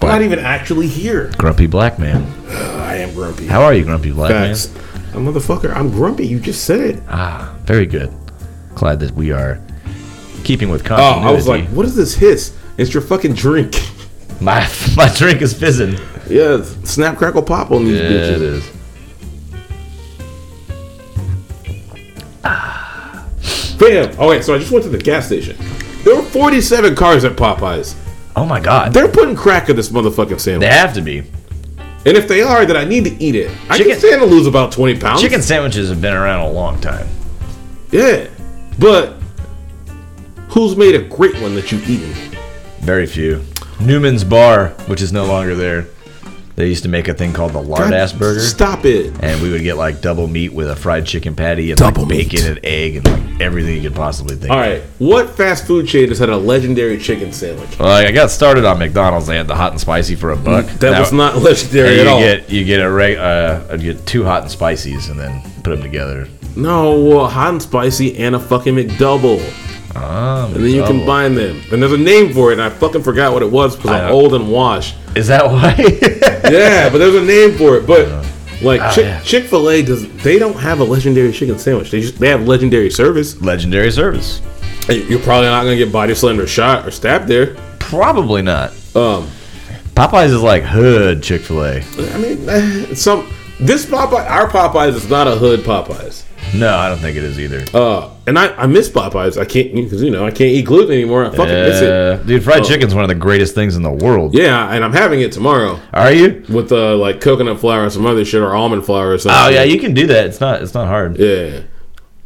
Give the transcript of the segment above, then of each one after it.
Black. not even actually here. Grumpy Black Man. I am grumpy. How are you, Grumpy Black Facts. I'm motherfucker. I'm grumpy. You just said it. Man? Ah, very good. Glad that we are keeping with Oh, continuity. I was like, what is this hiss? It's your fucking drink. my my drink is fizzing. yeah, it's snap crackle pop on these Yeah, bitches. it is. Bam. Oh wait, so I just went to the gas station. There were 47 cars at Popeyes. Oh my god, They're putting crack in this motherfucking sandwich. they have to be. And if they are, then I need to eat it. I Chicken- can stand to lose about 20 pounds. Chicken sandwiches have been around a long time. Yeah. But who's made a great one that you've eaten? Very few. Newman's Bar, which is no longer there, they used to make a thing called the lard God, ass burger, Stop it. and we would get like double meat with a fried chicken patty and like, Double meat. bacon and egg and like everything you could possibly think. All right. What fast food chain has had a legendary chicken sandwich? Like I got started on McDonald's. They had the hot and spicy for a buck. That, was not legendary you at all. get you get a re- uh, you get two hot and spices and then put them together. No, uh, hot and spicy and a fucking McDouble. Ah, And then you McDouble. combine them. And there's a name for it, and I fucking forgot what it was because I I'm know. old and washed. Is that why? yeah, but there's a name for it. But like Ah, Chick yeah. Chick Fil A does, they don't have a legendary chicken sandwich. They just they have legendary service. Legendary service. Hey, You're probably not gonna get body slammed or shot or stabbed there. Probably not. Um, Popeyes is like hood Chick Fil A. I mean, eh, some this Popeye, our Popeyes is not a hood Popeyes. No, I don't think it is either. Uh, and I, I miss Popeyes. I can't because you know I can't eat gluten anymore. I fucking miss it. Oh. Uh, dude, fried chicken's one of the greatest things in the world. Yeah, and I'm having it tomorrow Are you? with uh, like coconut flour and some other shit or almond flour or something. Oh yeah, you can do that. It's not. It's not hard. Yeah.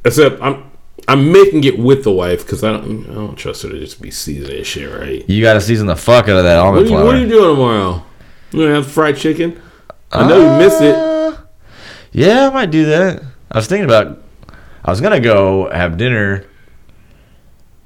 Except I'm I'm making it with the wife because I don't I don't trust her to just be seasoning shit right. You got to season the fuck out of that What almond are, you, what flour. are you doing tomorrow? You gonna have fried chicken? I know you miss it. Uh, yeah, I might do that. I was thinking about. I was gonna go have dinner,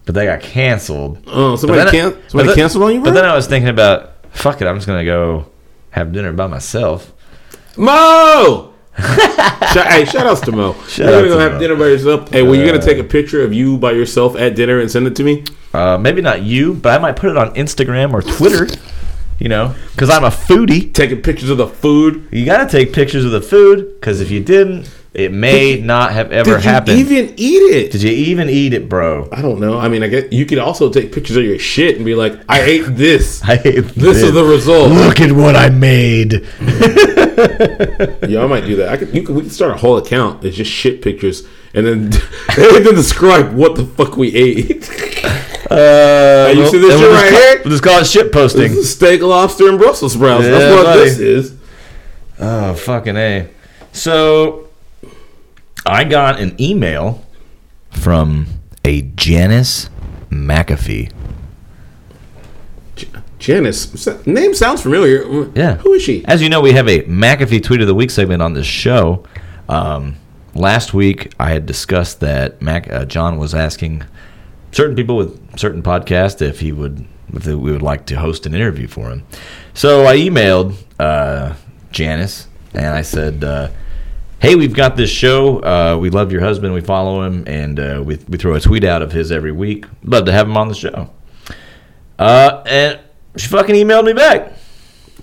but that got canceled. Oh, But then somebody I- can but somebody then- canceled on you, bro. But then I was thinking about fuck it. I'm just gonna go have dinner by myself. Mo. Shout- hey, shout outs to Mo. Shout you're out gonna go to have Mo. dinner by yourself. Hey, were you gonna take a picture of you by yourself at dinner and send it to me? Uh, maybe not you, but I might put it on Instagram or Twitter. You know, because I'm a foodie. Taking pictures of the food. You gotta take pictures of the food because if you didn't, it may not have ever Did you happened. even eat it? Did you even eat it, bro? I don't know. I mean, I guess you could also take pictures of your shit and be like, "I ate this. I ate this is the result." Look at what I made. Yeah, I might do that. I could, you could, we could start a whole account. It's just shit pictures, and then and then describe what the fuck we ate: Uh, you see this shit and we'll just right call- here? We'll just call it shit posting. steak, lobster, and Brussels sprouts. Yeah, That's what buddy. this is. Oh, fucking A. So, I got an email from a Janice McAfee. J- Janice, so- name sounds familiar. Yeah. who is she? As you know, we have a McAfee Tweet of the Week segment on this show. Um, last week, I had discussed that Mac uh, John was asking certain people with certain podcasts if he would if they- we would like to host an interview for him. So I emailed uh, Janice and I said. Uh, Hey, we've got this show. Uh, we love your husband. We follow him, and uh, we, we throw a tweet out of his every week. Love to have him on the show. Uh, and she fucking emailed me back.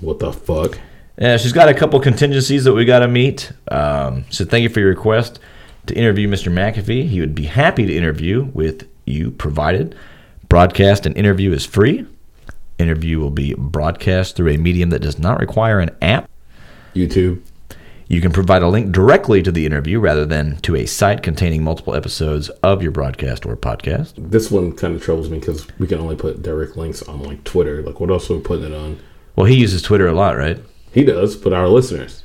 What the fuck? Yeah, she's got a couple contingencies that we got to meet. Um, so thank you for your request to interview Mr. McAfee. He would be happy to interview with you, provided broadcast and interview is free. Interview will be broadcast through a medium that does not require an app. YouTube. You can provide a link directly to the interview rather than to a site containing multiple episodes of your broadcast or podcast. This one kind of troubles me because we can only put direct links on like Twitter. Like, what else are we putting it on? Well, he uses Twitter a lot, right? He does, but our listeners.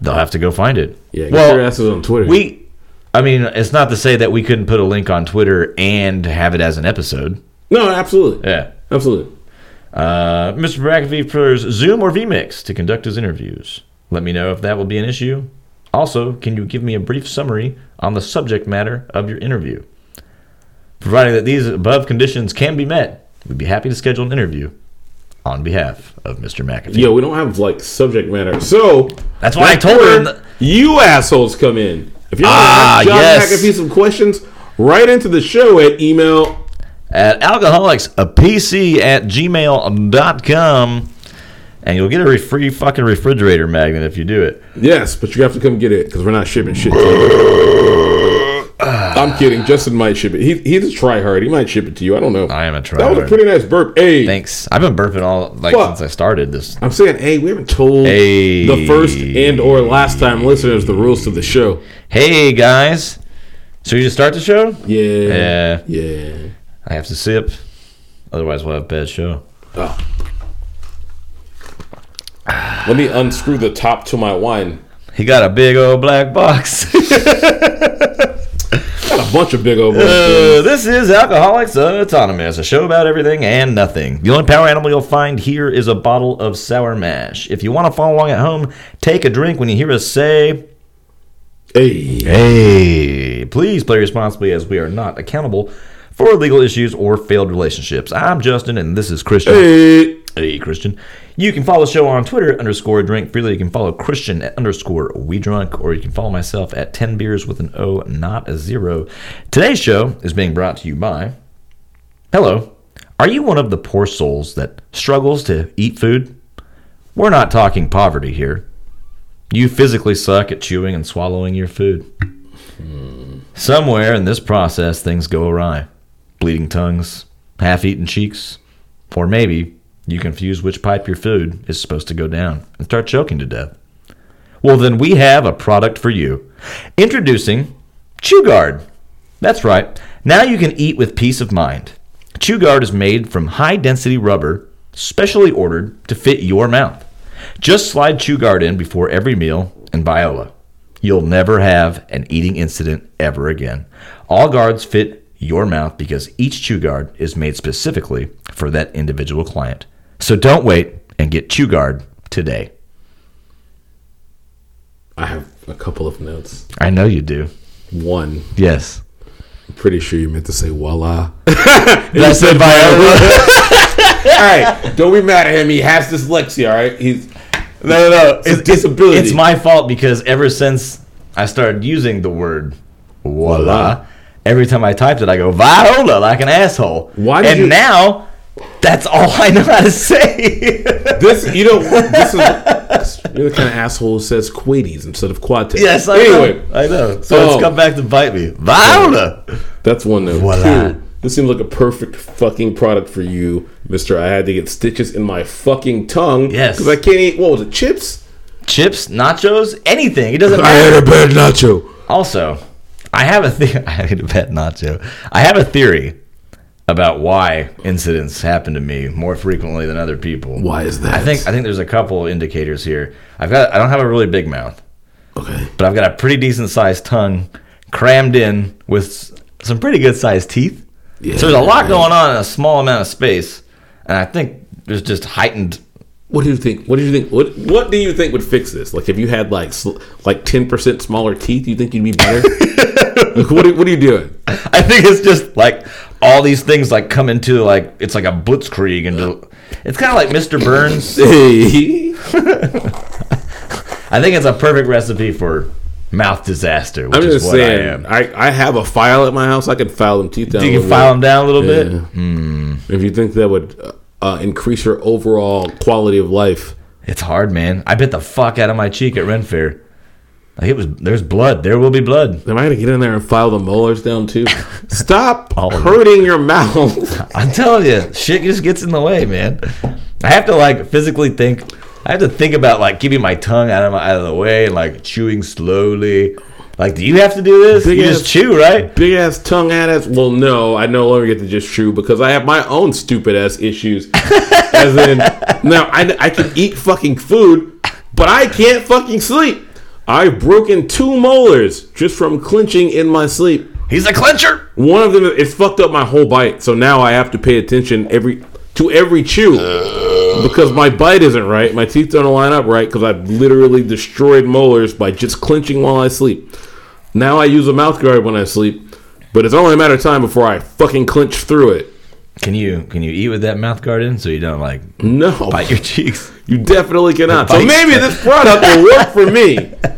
They'll have to go find it. Yeah, get Well, your asses on Twitter. We, I mean, it's not to say that we couldn't put a link on Twitter and have it as an episode. no, absolutely, Yeah. absolutely. Uh, Mr. McAfee prefers Zoom or vMix to conduct his interviews. Let me know if that will be an issue. Also, can you give me a brief summary on the subject matter of your interview? Providing that these above conditions can be met, we'd be happy to schedule an interview on behalf of Mr. McAfee. Yo, we don't have like subject matter. So That's why I that's told where him. that- you assholes come in. If you want Ah, to ask John yes. McAfee some questions, write into the show at email. at alcoholicsapc at gmail.com and you'll get a re- free fucking refrigerator magnet if you do it. Yes, but you have to come get it because we're not shipping shit. to you. I'm kidding. Justin might ship it. He, he's a tryhard. He might ship it to you. I don't know. I am a That was a tryhard. pretty nice burp. Hey, Thanks. I've been burping all like Fuck. since I started this. I'm saying, hey, we haven't told Hey. the first and or last time listeners the rules to the show. Hey guys, so you just start the show? Yeah, Yeah, yeah. I have to sip, otherwise we'll have a bad show. Oh. Let me unscrew the top to my wine. He got a big old black box. Got a bunch of big old ones. Uh, this is Alcoholics Autonomous, a show about everything and nothing. The only power animal you'll find here is a bottle of sour mash. If you want to follow along at home, take a drink when you hear us say, hey, Hey, please play responsibly as we are not accountable for legal issues or failed relationships. I'm Justin, and this is Christian. hey. Hey, Christian. You can follow the show on Twitter underscore drink freely. You can follow Christian at underscore we drunk, or you can follow myself at 10 beers with an O, not a zero. Today's show is being brought to you by Hello. Are you one of the poor souls that struggles to eat food? We're not talking poverty here. You physically suck at chewing and swallowing your food. Somewhere in this process, things go awry. Bleeding tongues, half eaten cheeks, or maybe you confuse which pipe your food is supposed to go down and start choking to death. Well, then we have a product for you. Introducing ChewGuard. That's right. Now you can eat with peace of mind. ChewGuard is made from high density rubber, specially ordered to fit your mouth. Just slide ChewGuard in before every meal and Viola. You'll never have an eating incident ever again. All guards fit your mouth because each chew guard is made specifically for that individual client. So don't wait and get chew guard today. I have a couple of notes. I know you do. One, Yes. I'm pretty sure you meant to say voila. That's the Viola. all right, don't be mad at him. He has dyslexia. All right, he's No, no, no. It's disability. It's my fault because ever since I started using the word voila, every time I typed it, I go viola like an asshole. Why did and you- now that's all I know how to say. this. You know, this is you're the kind of asshole who says quades instead of quad yes, I anyway, know. I know. So, So- it's come back to bite me. Viola. that's one note. Voila. Two, this seems like a perfect fucking product for you, Mister. I had to get stitches in my fucking tongue. Yes. because I can't eat. What was it? Chips. Chips, nachos, anything. It doesn't I matter. had a bad nacho. Also, I have a the- I need a bet not to. I have a theory about why incidents happen to me more frequently than other people. Why is that? I think I think there's a couple indicators here. I've got I don't have a really big mouth, Okay. but I've got a pretty decent sized tongue crammed in with s- some pretty good sized teeth. Yeah. so there's a lot going on in a small amount of space, and I think there's just heightened What do you think? What do you think? What What do you think would fix this? Like, if you had like sl- like ten percent smaller teeth, you think you'd be better? like, what are, What are you doing? I think it's just like all these things like come into like it's like a blitzkrieg and just- it's kind of like Mr. Burns. Hey. I think it's a perfect recipe for mouth disaster, which I'm is just what I saying. am. I, I have a file at my house. I can file them teeth down. You a can little file them down a little bit. bit. Hmm. Yeah. If you think that would uh, uh, increase your overall quality of life, It's hard, man. I bit the fuck out of my cheek at Ren Fair. Like it was, there's blood. There will be blood. am I gonna get in there and file the molars down too? Stop All of it. hurting your mouth. I'm telling you, shit just gets in the way, man. I have to like physically think. I have to think about like keeping my tongue out of my, out of the way and like chewing slowly. Like, do you have to do this? Big you ass- just chew, right? big ass tongue at us. Well, no, I no longer get to just chew because I have my own stupid ass issues. As in, now I, I can eat fucking food, but I can't fucking sleep. I've broken two molars just from clinching in my sleep. He's a clincher. One of them it's fucked up my whole bite, so now I have to pay attention every to every chew because my bite isn't right. My teeth don't line up right because I've literally destroyed molars by just clenching while I sleep. Now I use a mouth guard when I sleep, but it's only a matter of time before I fucking clench through it. Can you can you eat with that mouth guard in so you don't like No, bite your cheeks? you definitely cannot. So Bite. maybe this product will work for me.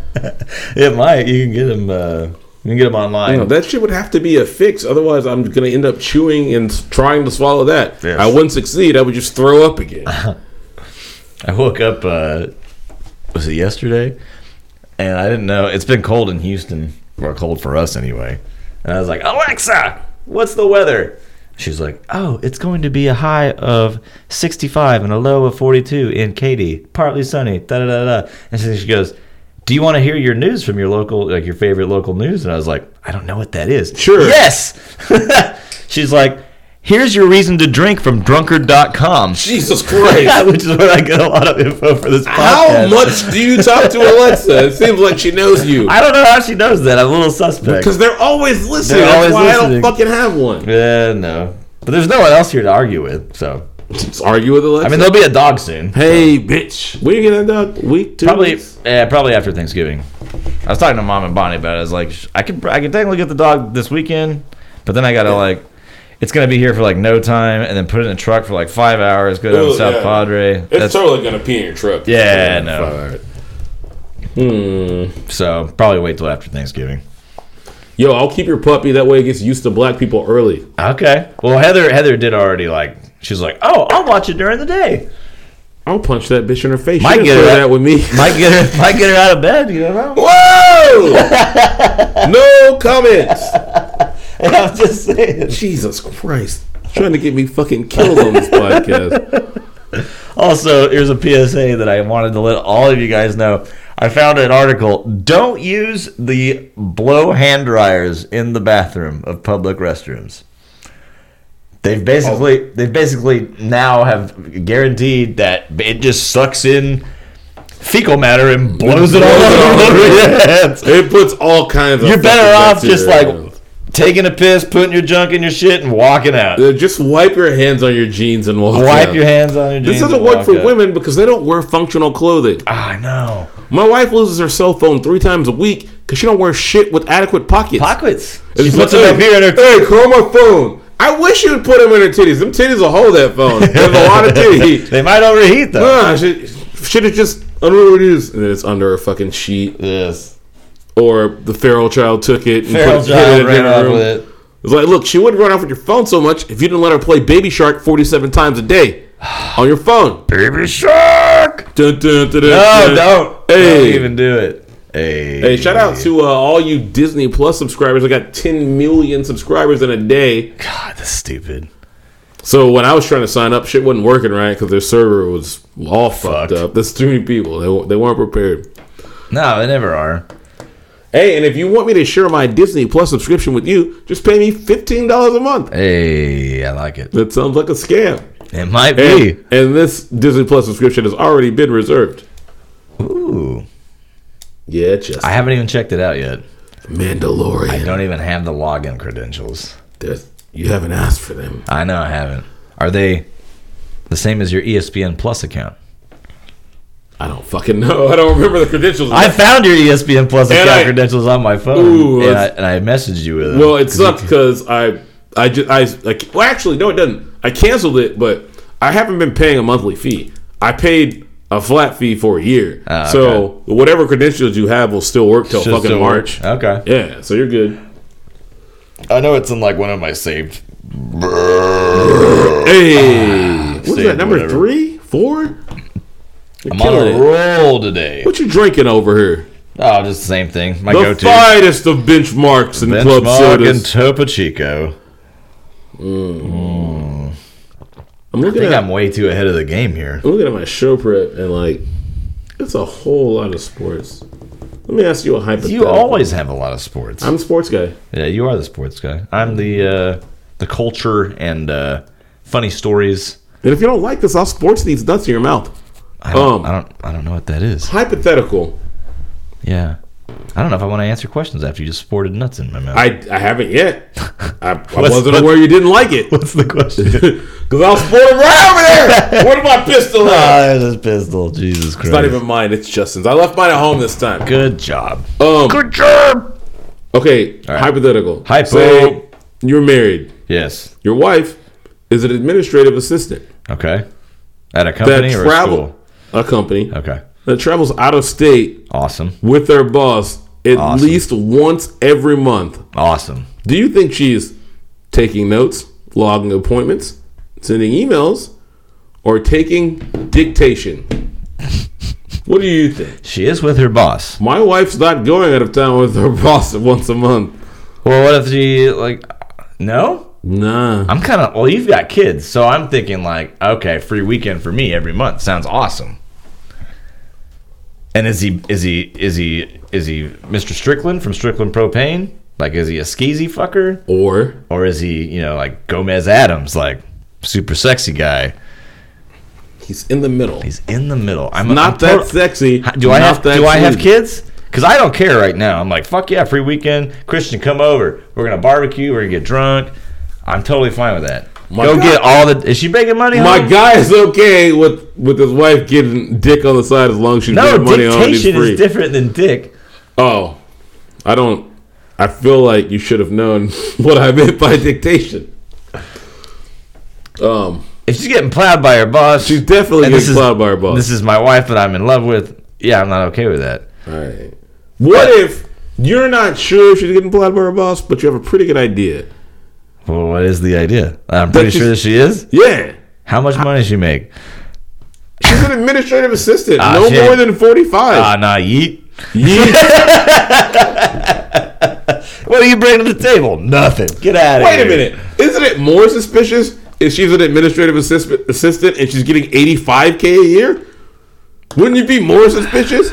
It might. You can get them. Uh, you can get them online. No, that shit would have to be a fix. Otherwise, I'm going to end up chewing and s- trying to swallow that. Yes. I wouldn't succeed. I would just throw up again. I woke up. Uh, was it yesterday? And I didn't know. It's been cold in Houston, or cold for us anyway. And I was like, Alexa, what's the weather? She's like, Oh, it's going to be a high of 65 and a low of 42 in Katy. Partly sunny. Da da da da. And so she goes. Do you want to hear your news from your local, like your favorite local news? And I was like, I don't know what that is. Sure. Yes. She's like, here's your reason to drink from drunkard.com. Jesus Christ. which is where I get a lot of info for this podcast. How much do you talk to Alexa? It seems like she knows you. I don't know how she knows that. I'm a little suspect. Because they're always listening. They're always That's why I listening. don't fucking have one. yeah, no. But there's no one else here to argue with, so Just argue with Alexa. I mean there'll be a dog soon. hey, bitch. When are you going to end up? Week two? Probably, weeks? yeah, probably after Thanksgiving. I was talking to mom and Bonnie about it. I was like, I could, I could technically get the dog this weekend, but then I gotta like, it's gonna be here for like no time, and then put it in a truck for like five hours, go down Ooh, to South yeah. Padre. That's, totally gonna pee in your truck. yeah, no. Hmm. So probably wait till after Thanksgiving. Yo, I'll keep your puppy. That way it gets used to black people early. Okay. Well, Heather, Heather did already like, she's like, oh, I'll watch it during the day. I'll punch that bitch in her face. Might She get didn't it play out. that with me. Might get her, might get her out of bed. You don't know. Whoa! no comments. I'm just saying. Jesus Christ. Trying to get me fucking killed on this podcast. Also, here's a PSA that I wanted to let all of you guys know. I found an article. Don't use the blow hand dryers in the bathroom of public restrooms. They've basically they've basically now have guaranteed that it just sucks in fecal matter and blows it all Blows it all over over. your hands. It puts all kinds of. You're better fucking off just bacteria like around. taking a piss, putting your junk in your shit, and walking out. Uh, Just wipe your hands on your jeans and walk. Wipe out. your hands on your jeans. This doesn't and work walk for out. women because they don't wear functional clothing. Ah, I know. My wife loses her cell phone three times a week because she don't wear shit with adequate pockets. Pockets. She It's puts like, them up hey, here in her. Hey, call my phone. I wish you'd put them in her titties. Them titties will hold that phone. There's a lot of titty. they might overheat though. Ah, shit, shit is just under what it is, and then it's under a fucking sheet. Yes. Or the feral child took it and Feral put it, hid it child in the ran dinner off room. with it. It's like, look, she wouldn't run off with your phone so much if you didn't let her play Baby Shark 47 times a day on your phone. Baby shark. Dun, dun, dun, dun, No, dun. don't. Hey. Don't even do it. Hey. Hey, shout out to uh, all you Disney Plus subscribers. I got 10 million subscribers in a day. God, that's stupid. So when I was trying to sign up, shit wasn't working right because their server was all fucked Fucked. up. That's too many people. They, wa- they weren't prepared. No, they never are. Hey, and if you want me to share my Disney Plus subscription with you, just pay me $15 a month. Hey, I like it. That sounds like a scam. It might And, be. and this Disney Plus subscription has already been reserved. Ooh, Yeah, just I haven't even checked it out yet. I Mandalorian. don't even have the login credentials. There's- You haven't asked for them. I know I haven't. Are they the same as your E ESPN Plus account? I don't fucking know. I don't remember the credentials. I found your E ESPN Plus account I- credentials on my phone, Ooh, and, I, that's- and I messaged you with them. Well, it sucked because I, I just, I, I, well, actually, no, it doesn't. I canceled it, but I haven't been paying a monthly fee. I paid a flat fee for a year, Ah, so whatever credentials you have will still work till Should fucking still work. March. Okay. Yeah, so you're good. I know it's in like one of my saved. Hey, what's saved that number Ah, whatever. three, four? You're I'm on killing a it. roll today. What you drinking over here? Oh, just the same thing. My The go-to. finest of benchmarks and club Benchmark sodas. and Topo Chico. I'm I looking think at I'm way too ahead of the game here. I'm looking at my show prep and like, it's a whole lot of sports. Let me ask you a hypothetical. You always have a lot of sports. I'm a sports guy. yeah, you are the sports guy. I'm the uh, the culture and uh, funny stories. And if you don't like this, I'll sports these nuts in your mouth. I don't, Um. I don't. I don't know what that is. Hypothetical. Yeah. I don't know if I want to answer questions after you just sported nuts in my mouth. I, I haven't yet. I, I What's- wasn't aware you didn't like it. What's the question? Because I'll sport it right over there. Where did my pistol at? Ah, there's a pistol. Jesus Christ. It's not even mine. It's Justin's. I left mine at home this time. Good job. Um, Good job. okay, hypothetical. Hypo. Say you're married. Yes. Your wife is an administrative assistant Okay. At a that company or a travel school? a company Okay. that travels out of state Awesome. with their boss at Awesome. least once every month. Awesome. Do you think she's taking notes, logging appointments, sending emails, or taking dictation? What do you think? She is with her boss. My wife's not going out of town with her boss once a month. Well, what if she like? No, Nah. I'm kind of. Well, you've got kids, so I'm thinking like, okay, free weekend for me every month sounds awesome. And is he is he is he is he Mr. Strickland from Strickland Propane? Like, is he a skeezy fucker, Or or is he you know like Gomez Adams, like super sexy guy? he's in the middle. He's in the middle. I'm not I'm that sexy. How- Do I not have that do I have sweet. kids? Because I don't care right now. I'm like, fuck yeah, free weekend. Christian, come over. We're gonna barbecue. We're gonna get drunk. I'm totally fine with that. My Go God. get all the. Is she making money? My hon? guy is okay with with his wife getting dick on the side as long as she's no making money on it. He's dictation free. is different than dick. oh, I don't. I feel like you should have known what I meant by dictation. Um, If she's getting plowed by her boss, she's definitely and this getting is- plowed by her boss. This is my wife that I'm in love with. Yeah, I'm not okay with that. All right. What if you're not sure if she's getting plowed by her boss, but you have a pretty good idea? Well, what is the idea? I'm pretty she's- sure that she is. Yeah. How much money does she make? She's an administrative assistant, Ah, no shit. more than 45. Ah, nah, yeet. Yeet. What do you bring to the table? Nothing. Get out of Wait here. a minute. Isn't it more suspicious if she's an administrative assist- assistant and she's getting 85K a year? Wouldn't you be more suspicious?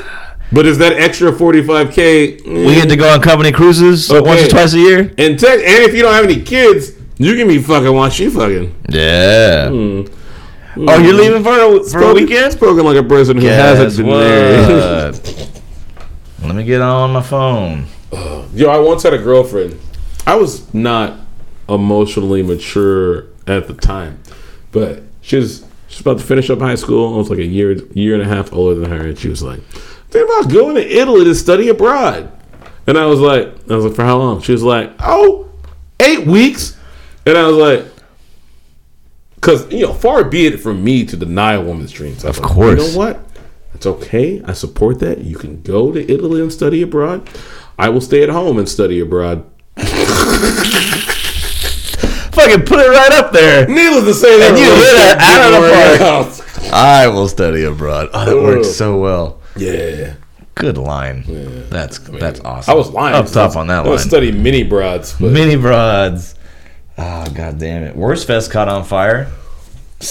But is that extra 45K? mm, We get to go on company cruises once Okay. or twice a year. And, tech and if you don't have any kids, you can be fucking while she fucking. Yeah. Oh, you're leaving for a, for a Hmm. Spoken- weekend? Spoken like a person who Guess hasn't been married. what? Let me get on my phone. Yo, I once had a girlfriend. I was not emotionally mature at the time, but she was she's about to finish up high school. I was like a year year and a half older than her, and she was like, "Think about going to Italy to study abroad." And I was like, "I was like, for how long?" She was like, "Oh, eight weeks." And I was like, "Cause you know, far be it from me to deny a woman's dreams." Of course. you know what? It's okay. I support that. You can go to Italy and study abroad. I will stay at home and study abroad. Fucking put it right up there. Needless to say, that And you lit it out of the relationship didn't work out. I will study abroad. Oh, that worked Ugh. so well. Yeah, Good line. That's that's awesome. I was lying. Up top on that I would line. study mini broads, but Mini broads. Oh, god damn it. Worst Fest caught on fire.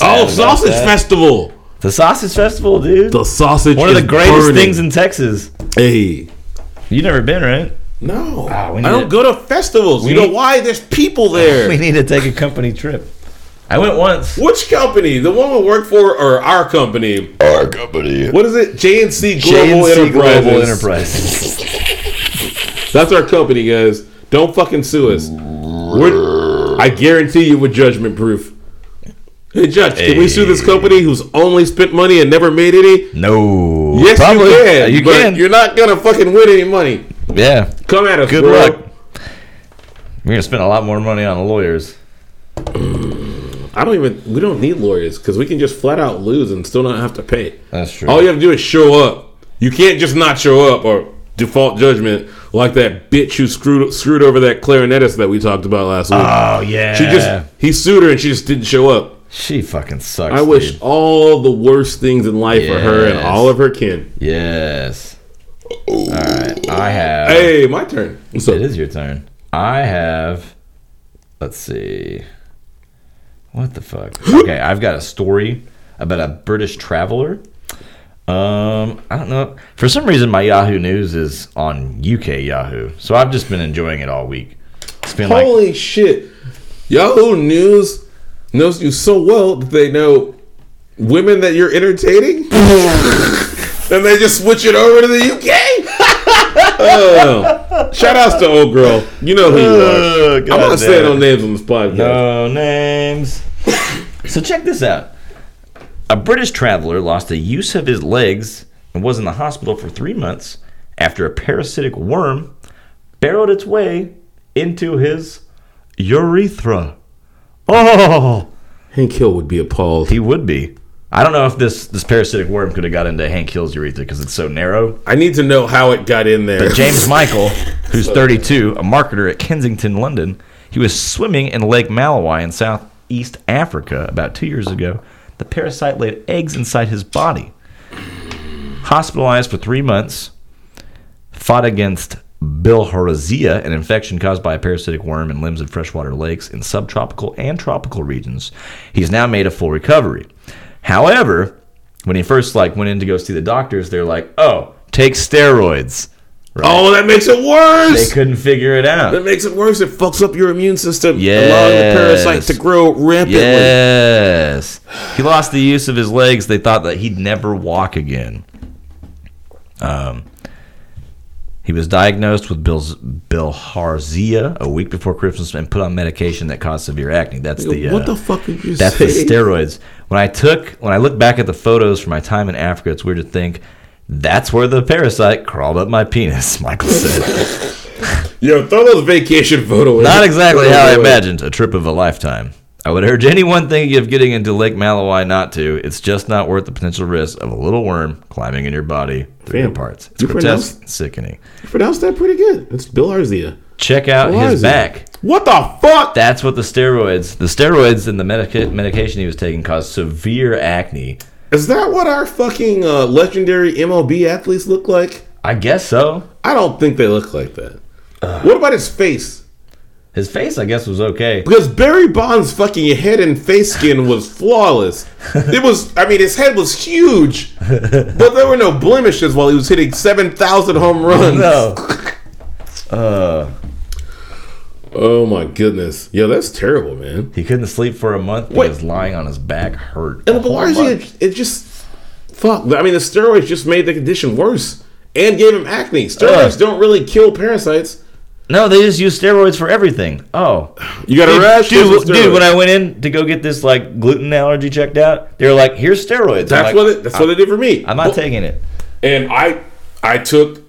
oh, about sausage that. festival. The Sausage Festival, dude. The sausage. One of the is greatest burning. things in Texas. Hey, You've never been, right? no, Ah, we I need don't it. go to festivals. you need- know why? There's people We there. need to take a company trip. I went once. Which company? The one we work for, or our company? Our company. What is it? JNC Global JNC Enterprises. Global Enterprises. That's our company, guys. Don't fucking sue us. We're, I guarantee you, we're judgment proof. Hey, Judge, can we sue this company who's only spent money and never made any? No. Yes, Probably. you Uh, can. You but can. You're not gonna fucking win any money. yeah. Come at us. Good bro. luck. We're gonna spend a lot more money on lawyers. I don't even. We don't need lawyers because we can just flat out lose and still not have to pay. That's true. All you have to do is show up. You can't just not show up or default judgment like that bitch who screwed screwed over that clarinetist that we talked about last week. oh yeah. she just he sued her and she just didn't show up. She fucking sucks. I wish dude. all the worst things in life for her and Yes. all of her kin. Yes. All right. I have. Hey, my turn. What's up? It is your turn. I have. Let's see. What the fuck? Okay, I've got a story about a British traveler. Um, I don't know. For some reason, my Yahoo News is on UK Yahoo, so I've just been enjoying it all week. It's been like Holy shit. Yahoo News knows you so well that they know women that you're entertaining. and they just switch it over to the UK. oh. Shout outs to old girl. You know who you are. Ugh, I'm goddamn. not saying no names on this podcast. No names. so check this out. A British traveler lost the use of his legs and was in the hospital for three months after a parasitic worm barreled its way into his urethra. Oh, Hank Hill would be appalled. he would be. I don't know if this, this parasitic worm could have got into Hank Hill's urethra because it's so narrow. I need to know how it got in there. James Michael, who's 32, a marketer at Kensington, London, he was swimming in Lake Malawi in Southeast Africa about two years ago. The parasite laid eggs inside his body. hospitalized for three months, fought against bilharzia, an infection caused by a parasitic worm in limbs of freshwater lakes in subtropical and tropical regions. He's now made a full recovery. However, when he first like went in to go see the doctors, they're like, "Oh, take steroids." Oh, that makes it They worse. couldn't figure it that out. makes it worse. It fucks up your immune system, allowing Yes. the parasite to grow rampantly. Yes, he lost the use of his legs. They thought that he'd never walk again. Um, he was diagnosed with Bil's, bilharzia a week before Christmas and put on medication that caused severe acne. That's the uh, what the fuck did you That's say? the steroids. When I took, when I look back at the photos from my time in Africa, it's weird to think that's where the parasite crawled up my penis. Michael said, Yo, throw those vacation photos. "Not exactly how I imagined a trip of a lifetime." I would urge anyone thinking of getting into Lake Malawi not to. It's just not worth the potential risk of a little worm climbing in your body through your Damn. parts. It's You grotesque, and sickening. Pronounce that pretty good. It's Bill Arzia. Check out Why his is it? back. What the fuck? That's what the steroids, the steroids and the medica- medication he was taking caused severe acne. Is that what our fucking uh, legendary MLB athletes look like? I guess so. I don't think they look like that. Uh. what about his face? His face, I guess, was okay. Because Barry Bonds' fucking head and face skin was flawless. It was, I mean, his head was huge, but there were no blemishes while he was hitting 7,000 home runs. No. Uh, Oh my goodness. Yo, that's terrible, man. he couldn't sleep for a month Wait. because lying on his back hurt. a And the whole bunch. Belarzi, it, it just, fuck. I mean, the steroids just made the condition worse and gave him acne. Steroids Ugh. don't really kill parasites. No, they just use steroids for everything. Oh, You got a dude, rash? Here's dude, some dude, steroids. when I went in to go get this like gluten allergy checked out, they were like, "Here's steroids." That's I'm like, what it, that's what they did for me. I'm not taking it. and I I took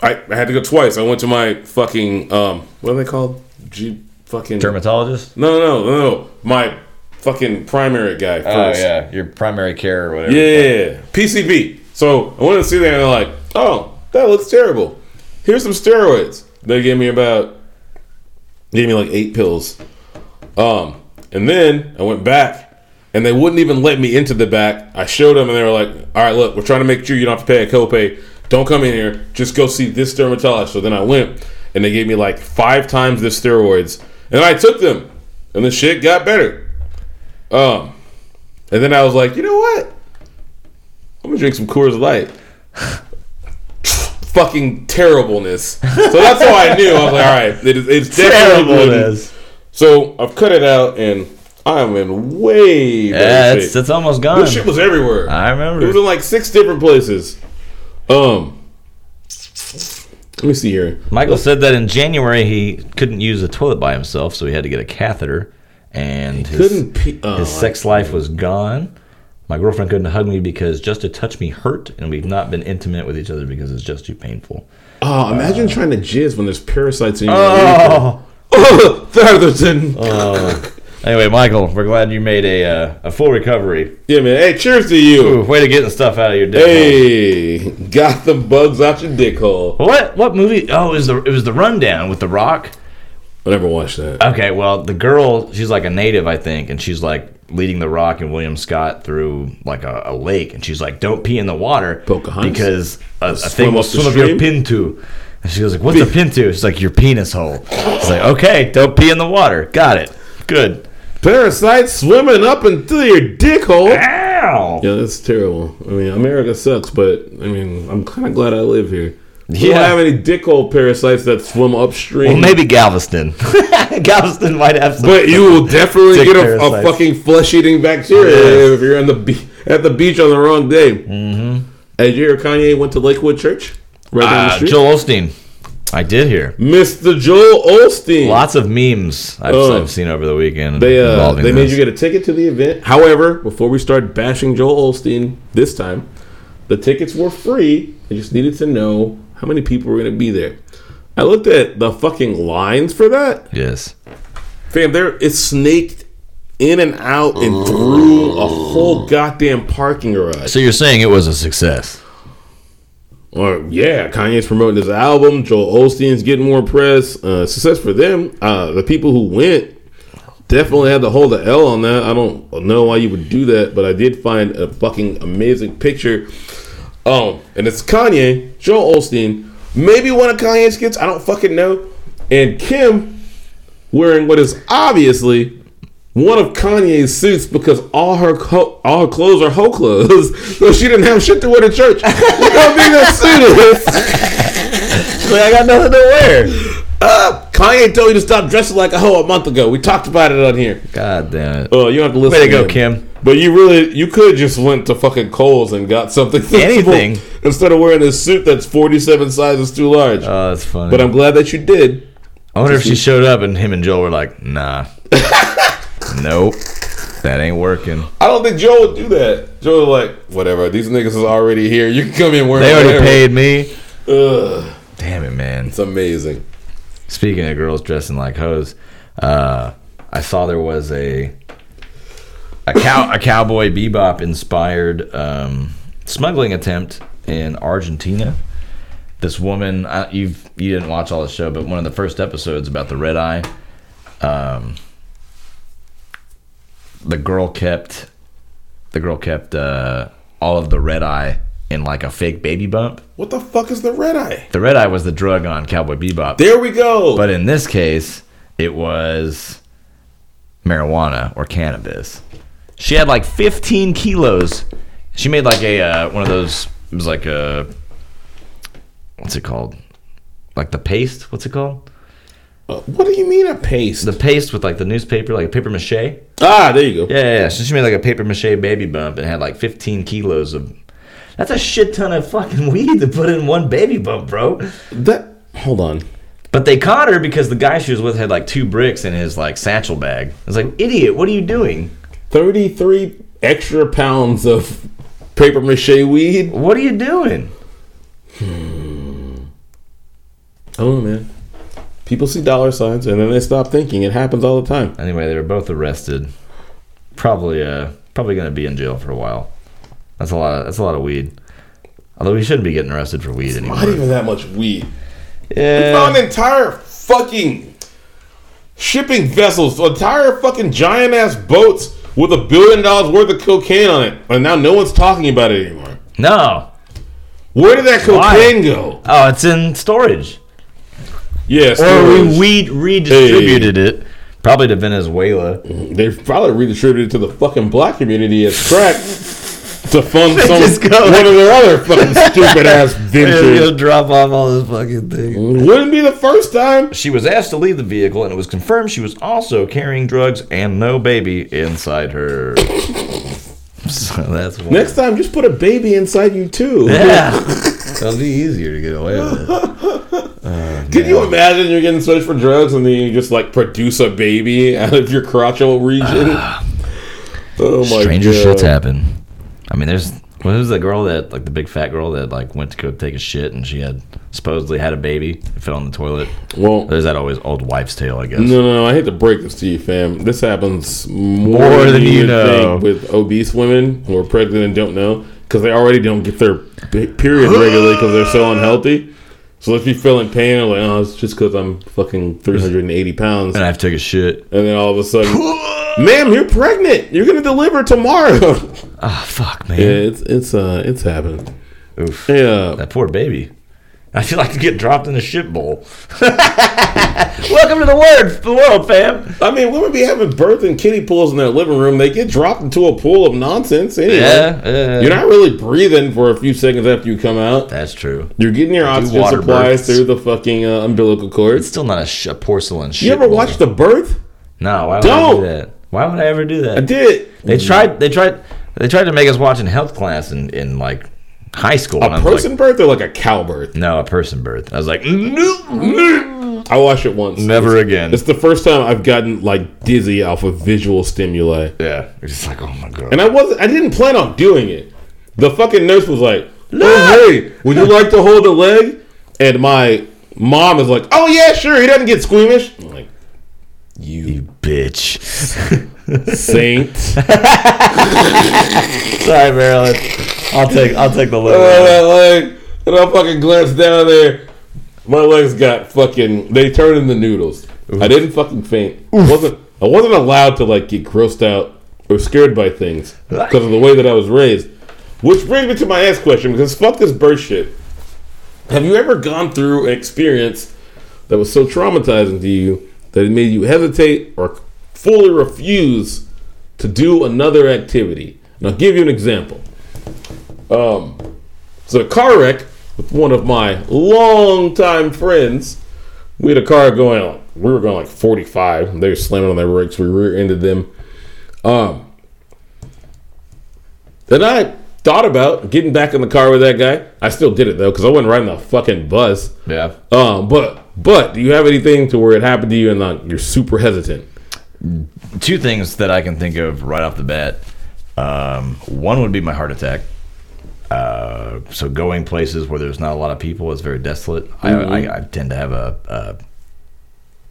I, I had to go twice. I went to my fucking um what are they called? G fucking Dermatologist. No no no no no. my fucking primary Oh, guy first. yeah, your primary care or whatever. yeah. PCB. So I went to see that and they're like, oh, that looks terrible. Here's some steroids. They gave me about gave me like eight pills. Um, and then I went back, and they wouldn't even let me into the back. I showed them, and they were like, "All right, look, we're trying to make sure you don't have to pay a copay. Don't come in here. Just go see this dermatologist." So then I went, and they gave me like five times the steroids, and I took them, and the shit got better. Um, and then I was like, you know what? I'm gonna drink some Coors Light. Fucking terribleness. So that's how I knew. I was like, all right, it is, it's definitely Terrible it gluten. is. So I've cut it out, and I'm in way better Yeah, shape. it's, it's almost gone. this shit was everywhere. I It was remember. in like six different places. Um, let me see here. Michael said that in January he couldn't use the toilet by himself, so he had to get a catheter. And his, Couldn't pee. Oh, His sex life was gone. My girlfriend couldn't hug me because just to touch me hurt, and we've not been intimate with each other because it's just too painful. oh, imagine uh, trying to jizz when there's parasites in your. Oh. Oh, Thetherton. Anyway, Michael, we're glad you made a uh, a full recovery. Yeah, man. Hey, cheers to you. Ooh, way to getting stuff out of your dick. hole. Hey, got the bugs out your dick hole. What what movie? Oh, it was the it was the Rundown with The Rock. I never watched that. Okay, well, the girl, she's like a native, I think, and she's like leading The Rock and William Scott through like a, a lake, and she's like, "Don't pee in the water Pocahontas? because a, a Swim thing will up the swim up your stream? pinto." And she goes like, "What's a pinto?" She's like, "Your penis hole." It's like, "Okay, don't pee in the water. Got it. Good." Parasites swimming up into your dick hole. Ow! Yeah, that's terrible. I mean, America sucks, but I mean, I'm kind of glad I live here. We Yeah. don't have any dickhole parasites that swim upstream. Well, maybe Galveston. Galveston might have some. but you will definitely Dick get a, a parasites. fucking flesh-eating bacteria Yes. if you're on the be- at the beach on the wrong day. Mm-hmm. Did you hear Kanye went to Lakewood Church? Right down the uh, street. Joel Osteen. I did hear Mr. Joel Olstein. lots of memes I've, Oh. I've seen over the weekend. They uh, involving they made this. you get a ticket to the event. However, before we start bashing Joel Olstein this time, the tickets were free. I just needed to know how many people were going to be there. I looked at the fucking lines for that. yes. Fam, there it's snaked in and out Mm-hmm. and through a whole goddamn parking garage. So you're saying it was a success? Or yeah, Kanye's promoting his album. Joel Osteen's getting more press. Uh, success for them. Uh, the people who went definitely had to hold the L on that. I don't know why you would do that, but I did find a fucking amazing picture Um, and it's Kanye, Joel Olstein, maybe one of Kanye's kids. I don't fucking know. And Kim wearing what is obviously one of Kanye's suits because all her co- all her clothes are hoe clothes, so she didn't have shit to wear to church. Look how big that suit is. Like, I got nothing to wear. Uh, Kanye told you to stop dressing like a hoe a month ago. We talked about it on here. God damn it. Oh, you don't have to listen. Way to go, in. Kim. But you really, you could just went to fucking Kohl's and got something. sensible Anything. instead of wearing this suit that's forty-seven sizes too large. Oh, that's funny. but I'm glad that you did. I wonder if she showed up and him and Joel were like, nah. nope. That ain't working. I don't think Joe would do that. Joe would like, whatever. These niggas is already here. You can come in wearing. They already whatever." paid me. Ugh, Damn it, man. it's amazing. Speaking of girls dressing like hoes, uh, I saw there was a a cow a cowboy bebop inspired um, smuggling attempt in Argentina. This woman, I, you've you didn't watch all the show, but one of the first episodes about the red eye, um, the girl kept the girl kept uh, all of the red eye in like a fake baby bump. What the fuck is the red eye? The red eye was the drug on Cowboy Bebop. There we go. But in this case, it was marijuana or cannabis. She had like 15 kilos. She made like a uh, one of those. It was like a what's it called? Like the paste. What's it called? Uh, what do you mean a paste? The paste with like the newspaper, like a paper mache. Yeah, ah, there you go. yeah. yeah. So she made like a paper mache baby bump and had like 15 kilos of. That's a shit ton of fucking weed to put in one baby bump, bro. That. Hold on. But they caught her because the guy she was with had like two bricks in his like satchel bag. I was like, idiot, what are you doing? Thirty-three extra pounds of paper mache weed. What are you doing? Oh man. People see dollar signs and then they stop thinking. It happens all the time. Anyway, they were both arrested. Probably uh probably gonna be in jail for a while. That's a lot of, that's a lot of weed. Although we shouldn't be getting arrested for weed Not anymore. even that much weed. We Yeah. found entire fucking shipping vessels, entire fucking giant ass boats with a billion dollars worth of cocaine on it. And now no one's talking about it anymore. No. Where did that Why? cocaine go? Oh, it's in storage. Yes, Or there we is. weed redistributed it. Probably to Venezuela. they probably redistributed it to the fucking black community as crack to fund some just go- one of their other fucking stupid ass ventures. drop off all this fucking thing. Wouldn't be the first time. She was asked to leave the vehicle, and it was confirmed she was also carrying drugs and no baby inside her. so that's one. Next time, just put a baby inside you too. Yeah, that'll be easier to get away with. Oh It. Can you imagine you're getting searched for drugs and then you just like produce a baby out of your crotchal region? Ah. oh my Stranger god. shits happen. I mean, there's what was the girl that like the big fat girl that like went to go take a shit and she had supposedly had a baby, it fell in the toilet. Well, no, There's that always old wives' tale, I guess. no, no. I hate to break this to you, fam. This happens more, More than, than you you would know. think with obese women who are pregnant and don't know because they already don't get their b- period regularly because they're so unhealthy. So let's be feeling pain. and like, oh, it's just because I'm fucking 380 pounds. And I have to take a shit. And then all of a sudden, ma'am, you're pregnant. You're gonna deliver tomorrow. Oh fuck, yeah, man. it's it's uh it's happening. Oof. Yeah, That poor baby. I feel like I get dropped in a shit bowl. Welcome to the word, the world, fam. I mean, women be having birth and kiddie pools in their living room. They get dropped into a pool of nonsense. Anyway, Yeah, yeah. you're not really breathing for a few seconds after you come out. That's true. You're getting your oxygen water supplies births. through the fucking uh, umbilical It's cords. still not a, sh- a porcelain shit. You ever bowl. watch the birth? No, why would I Don't! do that? Why would I ever do I that? did. They tried. They tried. They tried to make us watch in health class in, in like high school. and I A was person Like, birth or like a cow birth? no, a person birth. I was like, no, I watched it once. never again. It's the first time I've gotten like dizzy off of visual stimuli. Yeah, it's just like, oh my god. And I wasn't. I didn't plan on doing it. The fucking nurse was like, "Oh hey, would you like to hold a leg?" And my mom is like, "Oh yeah, sure." He doesn't get squeamish. I'm like, you bitch. Saint. Sorry, Marilyn. I'll take. I'll take the Oh, little. that leg. And I fucking glanced down there. My legs got fucking. They turned into noodles. I didn't fucking faint. wasn't I wasn't allowed to like get grossed out or scared by things because of the way that I was raised. Which brings me to my next question because fuck this bird shit. Have you ever gone through an experience that was so traumatizing to you that it made you hesitate or fully refuse to do another activity? And I'll give you an example. Um, so a car wreck with one of my longtime friends. We had a car going, like, we were going like 45. They were slamming on their brakes. We rear-ended them. Um, then I thought about getting back in the car with that guy. I still did it though because I wasn't riding the fucking bus. Yeah. Um, but but do you have anything to where it happened to you and like, you're super hesitant? Two things that I can think of right off the bat. Um, one would be my heart attack. Uh, so going places where there's not a lot of people is very desolate. Mm-hmm. I, I, I tend to have a, a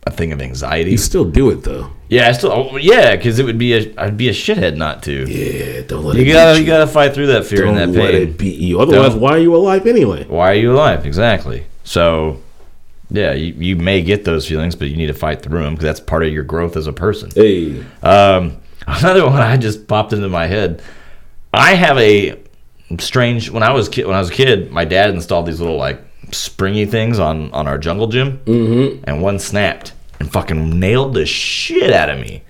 a thing of anxiety. You still do it though. Yeah, I still. Oh, yeah, because it would be a. I'd be a shithead not to. Yeah, don't let it. You beat gotta, you gotta fight through that fear Don't and that let pain. it beat you. Otherwise, Don't- why are you alive anyway? Why are you alive? Exactly. So, yeah, you, you may get those feelings, but you need to fight through them because that's part of your growth as a person. Hey, Um, another one I just popped into my head. I have a strange when I was ki- when I was a kid, my dad installed these little like springy things on on our jungle gym, mm-hmm. and one snapped and fucking nailed the shit out of me.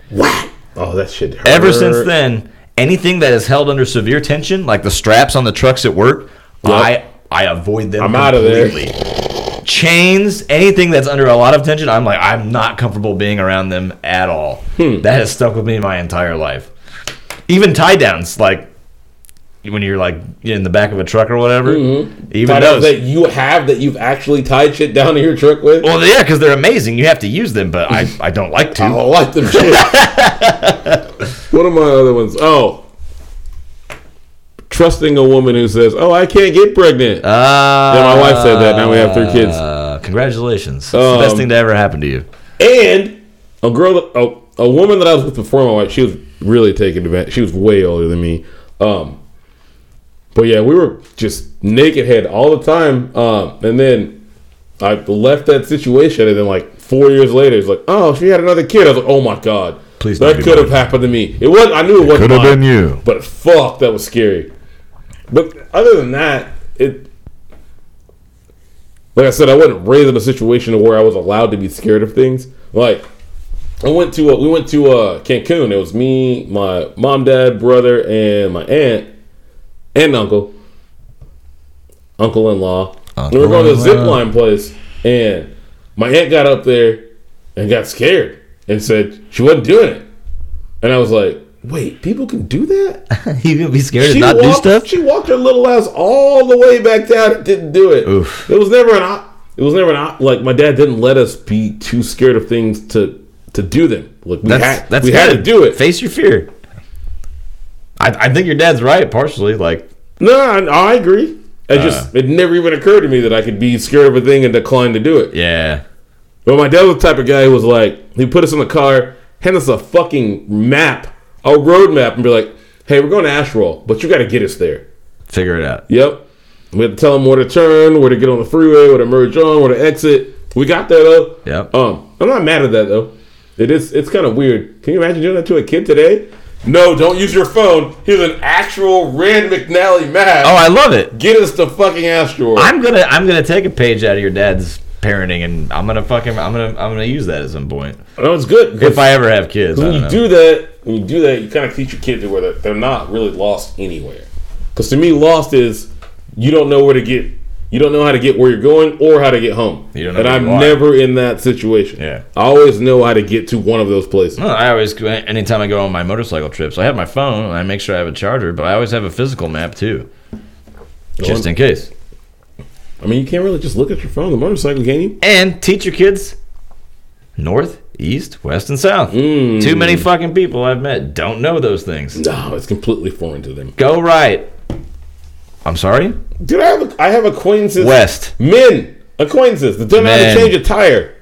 oh that shit. Hurt. Ever since then, anything that is held under severe tension, like the straps on the trucks at work, I I avoid them. I'm out of there. Chains, anything that's under a lot of tension, I'm like I'm not comfortable being around them at all. Hmm. That has stuck with me my entire life. Even tie downs, like when you're like in the back of a truck or whatever, even Find out those. Mm-hmm. that you have that you've actually tied shit down to your truck with. well, yeah, because they're amazing. You have to use them, but I, I don't like to. I don't like them shit. what are my other ones? Oh, trusting a woman who says, "Oh, I can't get pregnant." Uh, Yeah, my wife said that. Now we have three kids. Uh, congratulations. It's the best Um, thing to ever happen to you. And a girl, that, oh, a woman that I was with before my wife, she was really taking advantage. She was way older than me. Um, but yeah, we were just naked head all the time. Um, and then I left that situation, and then like four years later, it's like, oh, she had another kid. I was like, oh my god, Please don't that be could have mine. happened to me. It was. I knew it, wasn't. could have mine, been you. But fuck, that was scary. But other than that, it like I said, I wasn't raised in a situation where I was allowed to be scared of things. Like I went to uh we went to uh, Cancun. It was me, my mom, dad, brother, and my aunt and uncle, uncle-in-law. And we were going to the zip Uncle-in-law. line place, and my aunt got up there and got scared and said she wasn't doing it. And I was like, "Wait, people can do that?" you gonna be scared she to not do walked, stuff? She walked her little ass all the way back down and didn't do it. Oof. It was never an op- it was never an op- like my dad didn't let us be too scared of things to to do them. Like we That's had that's we had to good. do it. Face your fear. I, I think your dad's right partially. Like No, I, I agree. It just Uh. it never even occurred to me that I could be scared of a thing and decline to do it. yeah, But my dad was the type of guy who was like, he put us in the car, hand us a fucking map, a road map, and be like, "Hey, we're going to Ashroll, but you got to get us there." figure it out. Yep. We had to tell them where to turn, where to get on the freeway, where to merge on, where to exit. We got there though. Yep. Um, I'm not mad at that though. It is. It's kind of weird. Can you imagine doing that to a kid today? No, don't use your phone. Here's an actual Rand McNally map. Oh, I love it. Get us to fucking asteroid. I'm gonna I'm gonna take a page out of your dad's parenting, and I'm gonna fucking I'm gonna I'm gonna use that at some point no, it's good. if I ever have kids. I when don't you know. do that, when you do that, you kind of teach your kid to where they're, they're not really lost anywhere. Because to me, lost is you don't know where to get, you don't know how to get where you're going or how to get home. You don't know and where I'm you are. never in that situation. Yeah. I always know how to get to one of those places. No, I always go- anytime I go on my motorcycle trips, I have my phone and I make sure I have a charger, but I always have a physical map too, just in case. I mean, you can't really just look at your phone on the motorcycle, can you? And teach your kids north, east, west, and south. Hmm. Too many fucking people I've met don't know those things. No, it's completely foreign to them. Go right. I'm sorry. Dude, I have a, I have acquaintances, West men acquaintances that don't know how to Men. change a tire.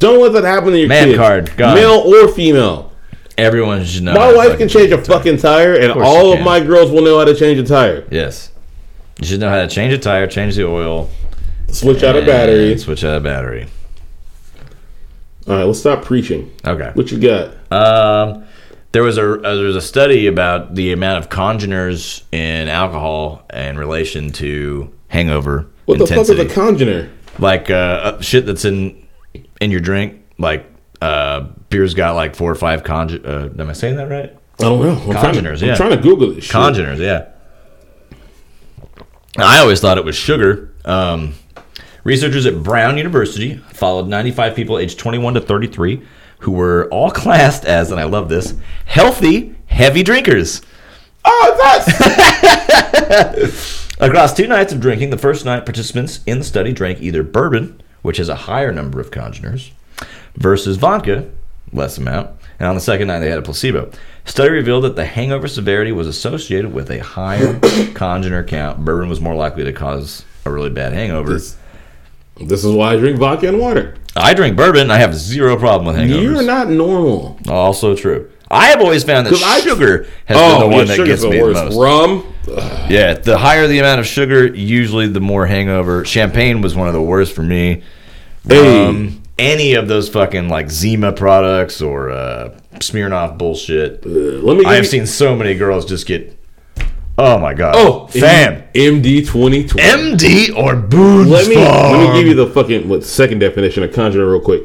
Don't let that happen to your Man kid. card, gone. male or female. everyone should know. how My to wife fucking can change a your tire. fucking tire, and course all you of can. my girls will know how to change a tire. Yes. You should know how to change a tire, change the oil, Switch out a and battery. switch out a battery. All right, let's stop preaching. Okay. What you got? Um, there was a uh, there was a study about the amount of congeners in alcohol in relation to hangover What intensity. the fuck is a congener? like uh, uh, shit that's in in your drink. Like uh, beer's got like four or five congen. Uh, am I saying that right? I don't know. I'm Trying Congeners, to, yeah. I'm trying to Google this. Shit. Congeners, yeah. Now, I always thought it was sugar. Um, researchers at Brown University followed 95 people aged 21 to 33 who were all classed as, and I love this, healthy, heavy drinkers. Oh, that's Across two nights of drinking, the first night participants in the study drank either bourbon, which has a higher number of congeners, versus vodka, less amount, and on the second night they had a placebo. Study revealed that the hangover severity was associated with a higher congener count. Bourbon was more likely to cause a really bad hangover. this is why I drink vodka and water. I drink bourbon, I have zero problem with hangovers. You're not normal. also true. I have always found that 'Cause I- Oh, sugar has been the yeah, one that sugar's gets the me worst. the most. Rum. Yeah, the higher the amount of sugar, usually the more hangover. Champagne was one of the worst for me. Hey. Um, any of those fucking like Zima products or uh, Smirnoff bullshit. Uh, let me. I have give you- seen so many girls just get. Oh my god! Oh, fam, MD twenty twenty. MD or Boone's Let me let Farm. me give you the fucking what, second definition of congener real quick.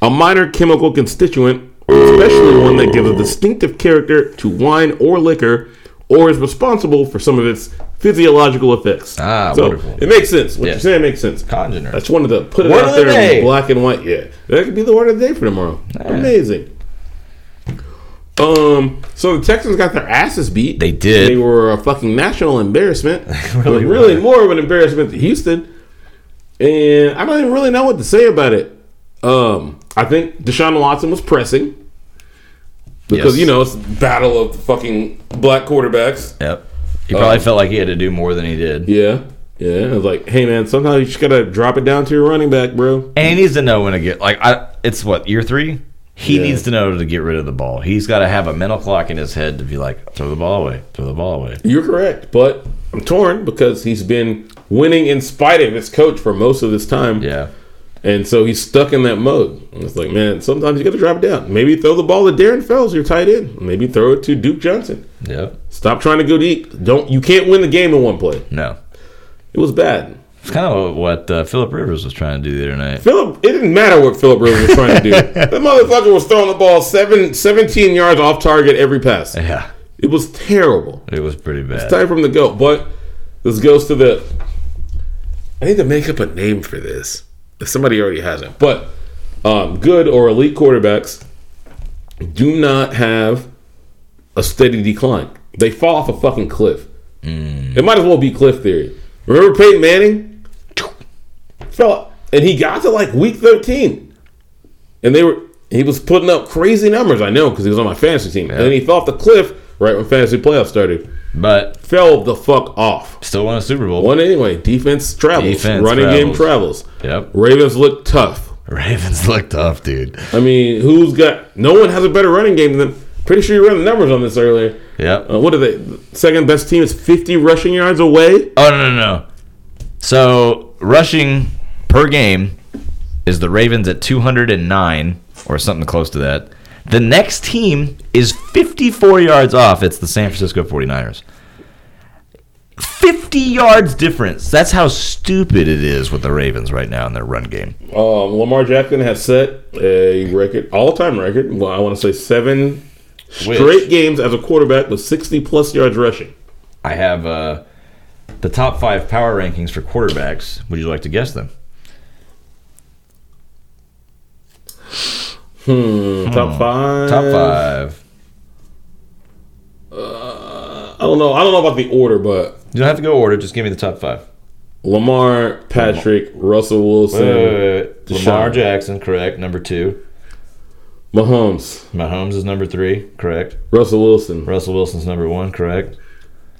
A minor chemical constituent, especially one that gives a distinctive character to wine or liquor, or is responsible for some of its physiological effects. Ah, so wonderful. It makes sense. What Yes. you're saying makes sense. Congener. I just wanted to put it Word out of the there day. in black and white. Yeah, that could be the word of the day for tomorrow. Amazing. Um. So the Texans got their asses beat. They did. They were a fucking national embarrassment. really, really really were. more of an embarrassment to Houston. And I don't even really know what to say about it. Um. I think Deshaun Watson was pressing because Yes. you know it's battle of the fucking black quarterbacks. Yep. He probably Um, felt like he had to do more than he did, Yeah. Yeah, I was like, hey man, sometimes you just gotta drop it down to your running back, bro. and he needs to know when to get like. I, it's what year three. He Yeah. needs to know to get rid of the ball. He's got to have a mental clock in his head to be like, throw the ball away, throw the ball away. You're correct, but I'm torn because he's been winning in spite of his coach for most of this time. Yeah. And so he's stuck in that mode. And it's like, man, sometimes you got to drop it down. Maybe throw the ball to Darren Fells, your tight end. Maybe throw it to Duke Johnson. Yep. Stop trying to go deep. Don't you can't win the game in one play. No. It was bad. It's kind of what uh, Philip Rivers was trying to do the other night. Philip, it didn't matter what Philip Rivers was trying to do. that motherfucker was throwing the ball seven, 17 yards off target every pass. Yeah, It was terrible. it was pretty bad. Time from the goat. But this goes to the. I need to make up a name for this. If somebody already hasn't, but um, good or elite quarterbacks do not have a steady decline. They fall off a fucking cliff. It might as well be cliff theory. Remember Peyton Manning? Fell, and he got to like week thirteen, and they were he was putting up crazy numbers. I know because he was on my fantasy team, and then he fell off the cliff right when fantasy playoffs started But fell the fuck off. still won a Super Bowl. One anyway, defense travels, Defense running game travels. Yep. Ravens look tough. Ravens looked tough, dude. I mean, who's got? No one has a better running game than. Pretty sure you ran the numbers on this earlier. Yep. Uh, what are they? Second best team is 50 rushing yards away. Oh no no no. So rushing per game is the Ravens at 209 or something close to that. The next team is 54 yards off. It's the San Francisco 49ers. 50 yards difference. That's how stupid it is with the Ravens right now in their run game. Um, Lamar Jackson has set a record, all-time record. Well, I want to say seven straight games as a quarterback with 60 plus yards rushing. I have uh, the top five power rankings for quarterbacks. Would you like to guess them? Top five. Hmm. Top five. I don't know. I don't know about the order, but You don't have to go order. Just give me the top five. Lamar, Patrick, Russell Wilson, Uh, Lamar Deshaun. Jackson, correct. Number two. Mahomes, Mahomes is number three, correct. Russell Wilson, Russell Wilson's number one, correct.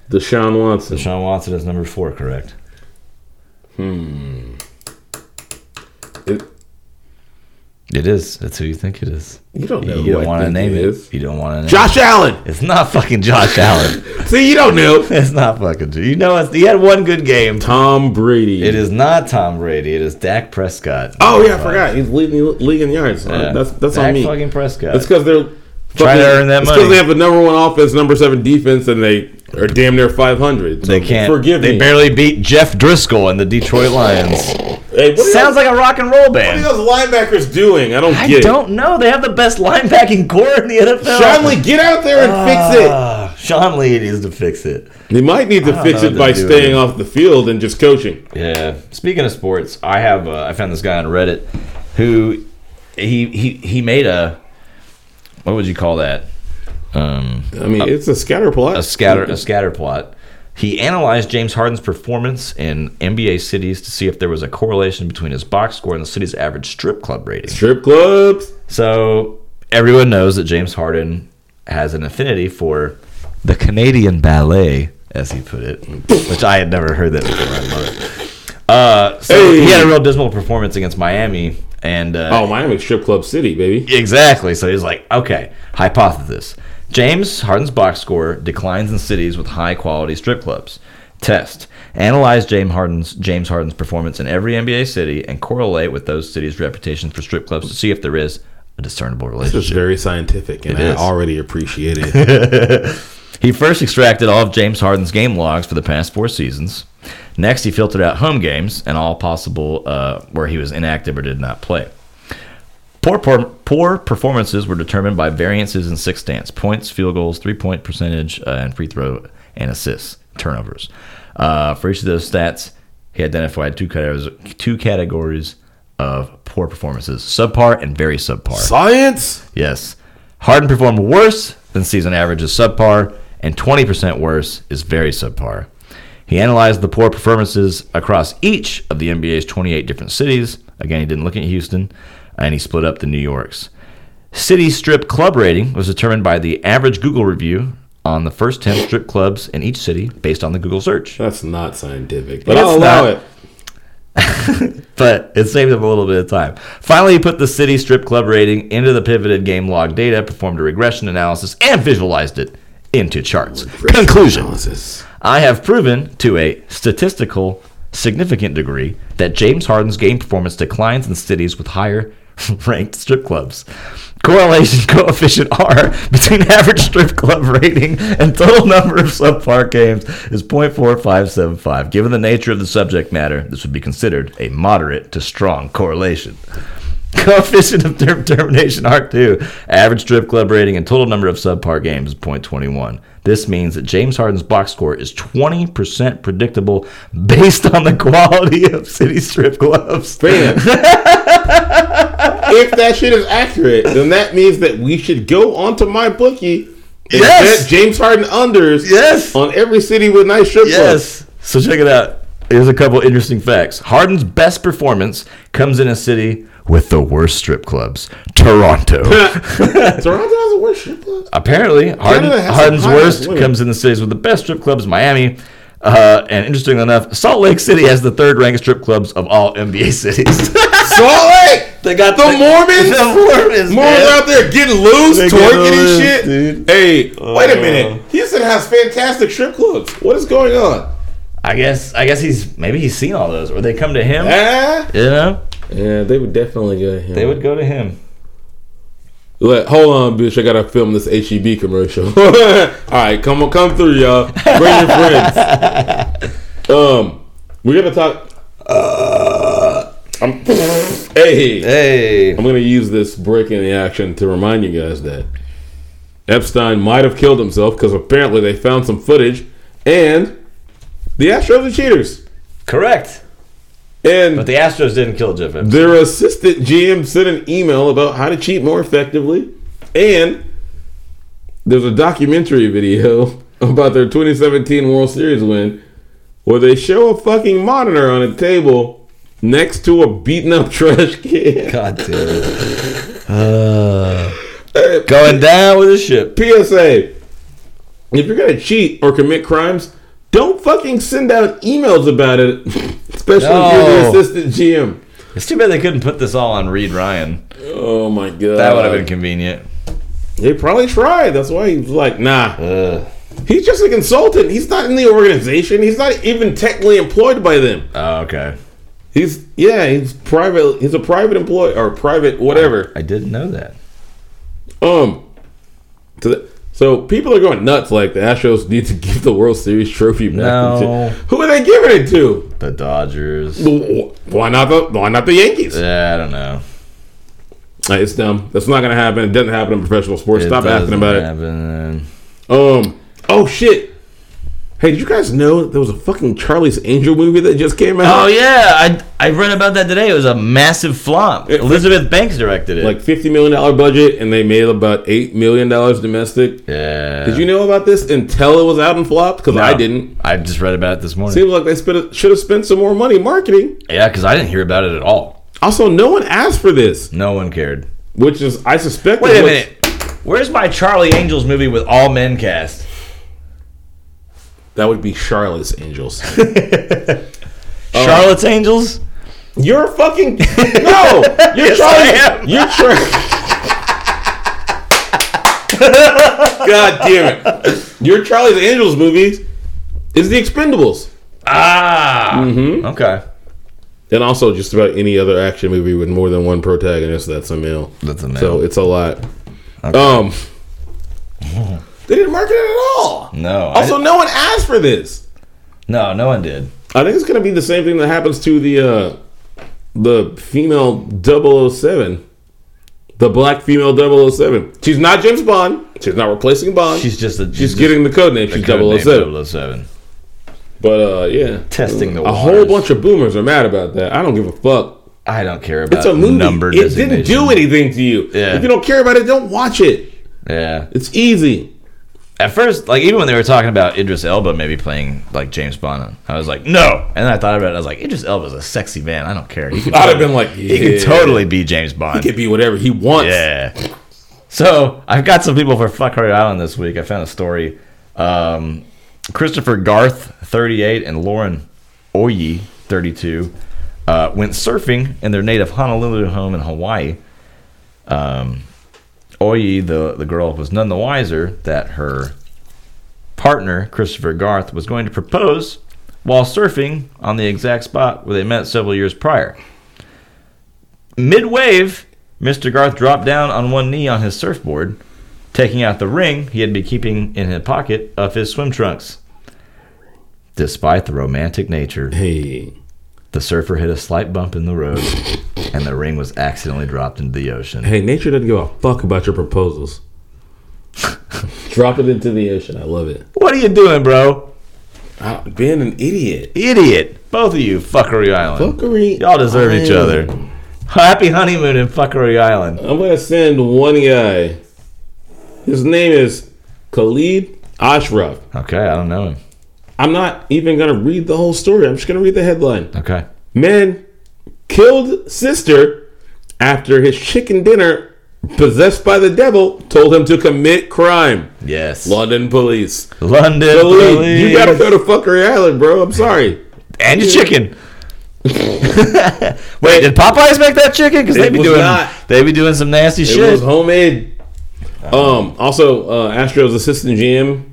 Deshaun Watson. Deshaun Watson is number four, correct. Hmm. It- It is. That's who you think it is. you don't know. You who don't I want to think name it it. is. You don't want to name it. Josh Allen. It's not fucking Josh Allen. See, you don't know. it's not fucking. You know, it's, he had one good game. Tom Brady. It is not Tom Brady. It is Dak Prescott. Oh yeah, I forgot. He's leading the league in yards. Yeah. That's that's Dak on me. fucking Prescott. That's because they're Try to earn that Because money. they have the number one offense, number seven defense, and they are damn near five hundred. They can't. Forgive they me. barely beat Jeff Driscoll and the Detroit Lions. Hey, what are Sounds those, like a rock and roll what are band. those linebackers doing? I don't I get. it. don't know. They have the best linebacking core in the NFL. Sean Lee, get out there and fix it. Ah, Sean Lee needs to fix it. They might need to fix know it what by they're doing. staying off the field and just coaching. Yeah. Speaking of sports, I have uh, I found this guy on Reddit who he he he made a what would you call that? Um, I mean, it's a scatter plot. a scatter a scatter plot. He analyzed James Harden's performance in NBA cities to see if there was a correlation between his box score and the city's average strip club rating. Strip clubs. So everyone knows that James Harden has an affinity for the Canadian ballet, as he put it, which I had never heard that before. I love it. Uh, so Hey. he had a real dismal performance against Miami, and uh, Oh, Miami's strip club city, baby. Exactly. So he's like, okay, hypothesis. James Harden's box score declines in cities with high quality strip clubs. Test. Analyze James Harden's James Harden's performance in every NBA city and correlate with those cities' reputation for strip clubs to see if there is a discernible relationship. It's very scientific, and It is. already appreciate it. He first extracted all of James Harden's game logs for the past four seasons. Next, he filtered out home games and all possible uh, where he was inactive or did not play. Poor, poor, poor performances were determined by variances in six stance points, field goals, three point percentage, uh, and free throw and assists, turnovers. Uh, for each of those stats, he identified two categories, two categories of poor performances subpar and very subpar. Science. Yes. Harden performed worse than season average is subpar, and 20% worse is very subpar. He analyzed the poor performances across each of the NBA's 28 different cities. Again, he didn't look at Houston, and he split up the New York's. City strip club rating was determined by the average Google review on the first 10 strip clubs in each city based on the Google search. That's not scientific, but It's I'll allow not. it. but it saved him a little bit of time. Finally, he put the city strip club rating into the pivoted game log data, performed a regression analysis, and visualized it into charts. Conclusion Analysis. I have proven to a statistical significant degree that James Harden's game performance declines in cities with higher ranked strip clubs. Correlation coefficient R between average strip club rating and total number of subpar games is 0.4575. Given the nature of the subject matter, this would be considered a moderate to strong correlation. Coefficient of term- termination R2, average strip club rating, and total number of subpar games is 0.21. This means that James Harden's box score is 20% predictable based on the quality of city strip clubs. Bam. if that shit is accurate, then that means that we should go onto my bookie and Yes. bet James Harden unders Yes. on every city with nice strip clubs. Yes. So check it out. Here's a couple interesting facts. Harden's best performance comes in a city with the worst strip clubs, Toronto. Toronto has the worst strip club. Apparently, Harden, Canada has Harden's some high-end worst women. comes in the cities with the best strip clubs, Miami. Uh, and interestingly enough, Salt Lake City has the third ranked strip clubs of all NBA cities. Salt Lake. they got The Mormons? The Mormons. Mormons man. out there getting loose, They get twerking loose, and shit. dude. Hey, wait a Uh. minute. Houston has fantastic strip clubs. What is going on? I guess. I guess he's maybe he's seen all those, or they come to him. Ah? You know, Yeah, they would definitely go. they would go to him. Look, hold on, bitch. I gotta film this HEB commercial. All right, come on, come through, y'all. Bring your friends. Um, we're gonna talk. I'm, hey, Uh, Hey, I'm gonna use this break in the action to remind you guys that Epstein might have killed himself because apparently they found some footage, and the Astros are cheaters, correct. But and the Astros didn't kill Jeff. Epstein. their assistant GM sent an email about how to cheat more effectively, and there's a documentary video about their 2017 World Series win where they show a fucking monitor on a table next to a beaten up trash can. God damn it. Uh, going down with a ship. PSA: If you're gonna cheat or commit crimes, don't fucking send out emails about it, especially No. if you're the assistant GM. It's too bad they couldn't put this all on Reed Ryan. Oh my god, That would have been convenient. They probably tried. That's why he was like, nah. Ugh. He's just a consultant. He's not in the organization. He's not even technically employed by them. Oh, okay. He's yeah, he's private. He's a private employee or private whatever. I didn't know that. Um, To the- so people are going nuts. Like the Astros need to give the World Series trophy back. and No. shit. Who are they giving it to? The Dodgers. Why not the Why not the Yankees? Yeah, I don't know. Uh, It's dumb. That's not gonna happen. It doesn't happen in professional sports. Stop asking about it. it. Um. Oh shit. Hey, did you guys know there was a fucking Charlie's Angel movie that just came Oh out? yeah, I I read about that today. It was a massive flop. It- Elizabeth Banks directed it. Like fifty million dollar budget, and they made about eight million dollars domestic. yeah. Did you know about this until it was out and flopped? Because I No. didn't. I just read about it this morning. Seems like they spent, should have spent some more money marketing. yeah, because I didn't hear about it at all. Also, no one asked for this, No one cared. which is I suspect. Wait it a was- minute. Where's my Charlie Angels movie with all men cast? That would be Charlotte's Angels. Oh. Charlotte's Angels? You're fucking no. You're Yes, I Charlie. You're Charlie. God damn it! Your Charlie's Angels movies is The Expendables, Ah. Mm-hmm. Okay. and also just about any other action movie with more than one protagonist. That's a male. That's a male. So it's a lot. Um, they didn't market it at all. No. I Also, di- no one asked for this. no, no one did. I think it's gonna be the same thing that happens to the uh the female 007. The black female 007. She's not James Bond. She's not replacing Bond. She's She's, just a. just getting the code name. She's code name 007. 007. But uh yeah. Testing the A whole waters. bunch of boomers are mad about that. I don't give a fuck. I don't care about It's a movie. Uh, number it didn't do designation. anything to you. Yeah. If you don't care about it, don't watch it. Yeah. It's easy. At first, like even when they were talking about Idris Elba maybe playing like James Bond, I was like, no. And then I thought about it. I was like, Idris Elba's a sexy man. I don't care. He could I'd have totally- been like, He yeah. could totally be James Bond. It could be whatever he wants. Yeah. So I've got some people for Fuck Hurry Island this week. I found a story. Um, Christopher Garth, 38, and Lauren Oyi, 32, uh, went surfing in their native Honolulu home in Hawaii. Um, Oyi, the, the girl, was none the wiser that her partner, Christopher Garth, was going to propose while surfing on the exact spot where they met several years prior. Mid wave, Mr. Garth dropped down on one knee on his surfboard, taking out the ring he had been keeping in his pocket of his swim trunks. Despite the romantic nature, Hey. the surfer hit a slight bump in the road, and the ring was accidentally dropped into the ocean. Hey, nature doesn't give a fuck about your proposals. Drop it into the ocean. I love it. What are you doing, bro? Ah, being an idiot. Idiot! Both of you, Fuckery Island. Fuckery. Y'all deserve each other. Island. Happy honeymoon in Fuckery Island. I'm gonna send one guy. His name is Khalid Ashraf. Okay, I don't know him. I'm not even gonna read the whole story. I'm just gonna read the headline. Okay. Man killed sister after his chicken dinner possessed by the devil told him to commit crime. Yes. London police. London, Khalid, you please. gotta go to Fuckery Island, bro. I'm sorry. and your chicken. Wait, did Popeyes make that chicken? Because they It be was doing not. they be doing some nasty It shit. was homemade. Um. Also, uh, Astros assistant GM.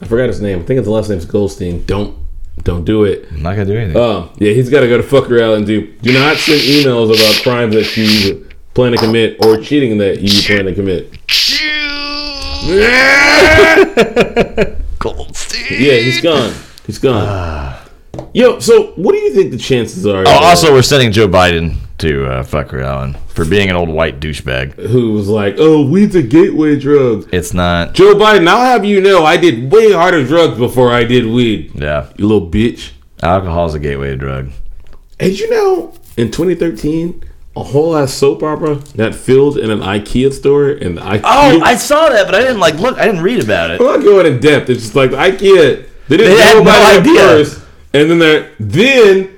I forgot his name. I think his last name's Goldstein. Don't don't do it. I'm not gonna do anything. Um. Yeah, he's got to go to fucker out and do. Do not send emails about crimes that you plan to commit or cheating that you plan to commit. Goldstein. Yeah, he's gone. He's gone. Yo, so what do you think the chances are? Ah. oh, also, we're sending Joe Biden to uh, fucker Allen for being an old white douchebag. who was like, "Oh, weed's a gateway drug." It's not. Joe Biden, I'll have you know, I did way harder drugs before I did weed. Yeah, You little bitch. alcohol's a gateway drug. Did you know in 2013 a whole ass soap opera that filmed in an IKEA store and the IKEA? Oh, I saw that, but I didn't like look. I didn't read about it. am not going in depth. It's just like the IKEA. They didn't They had know about no it at idea. first, and then they then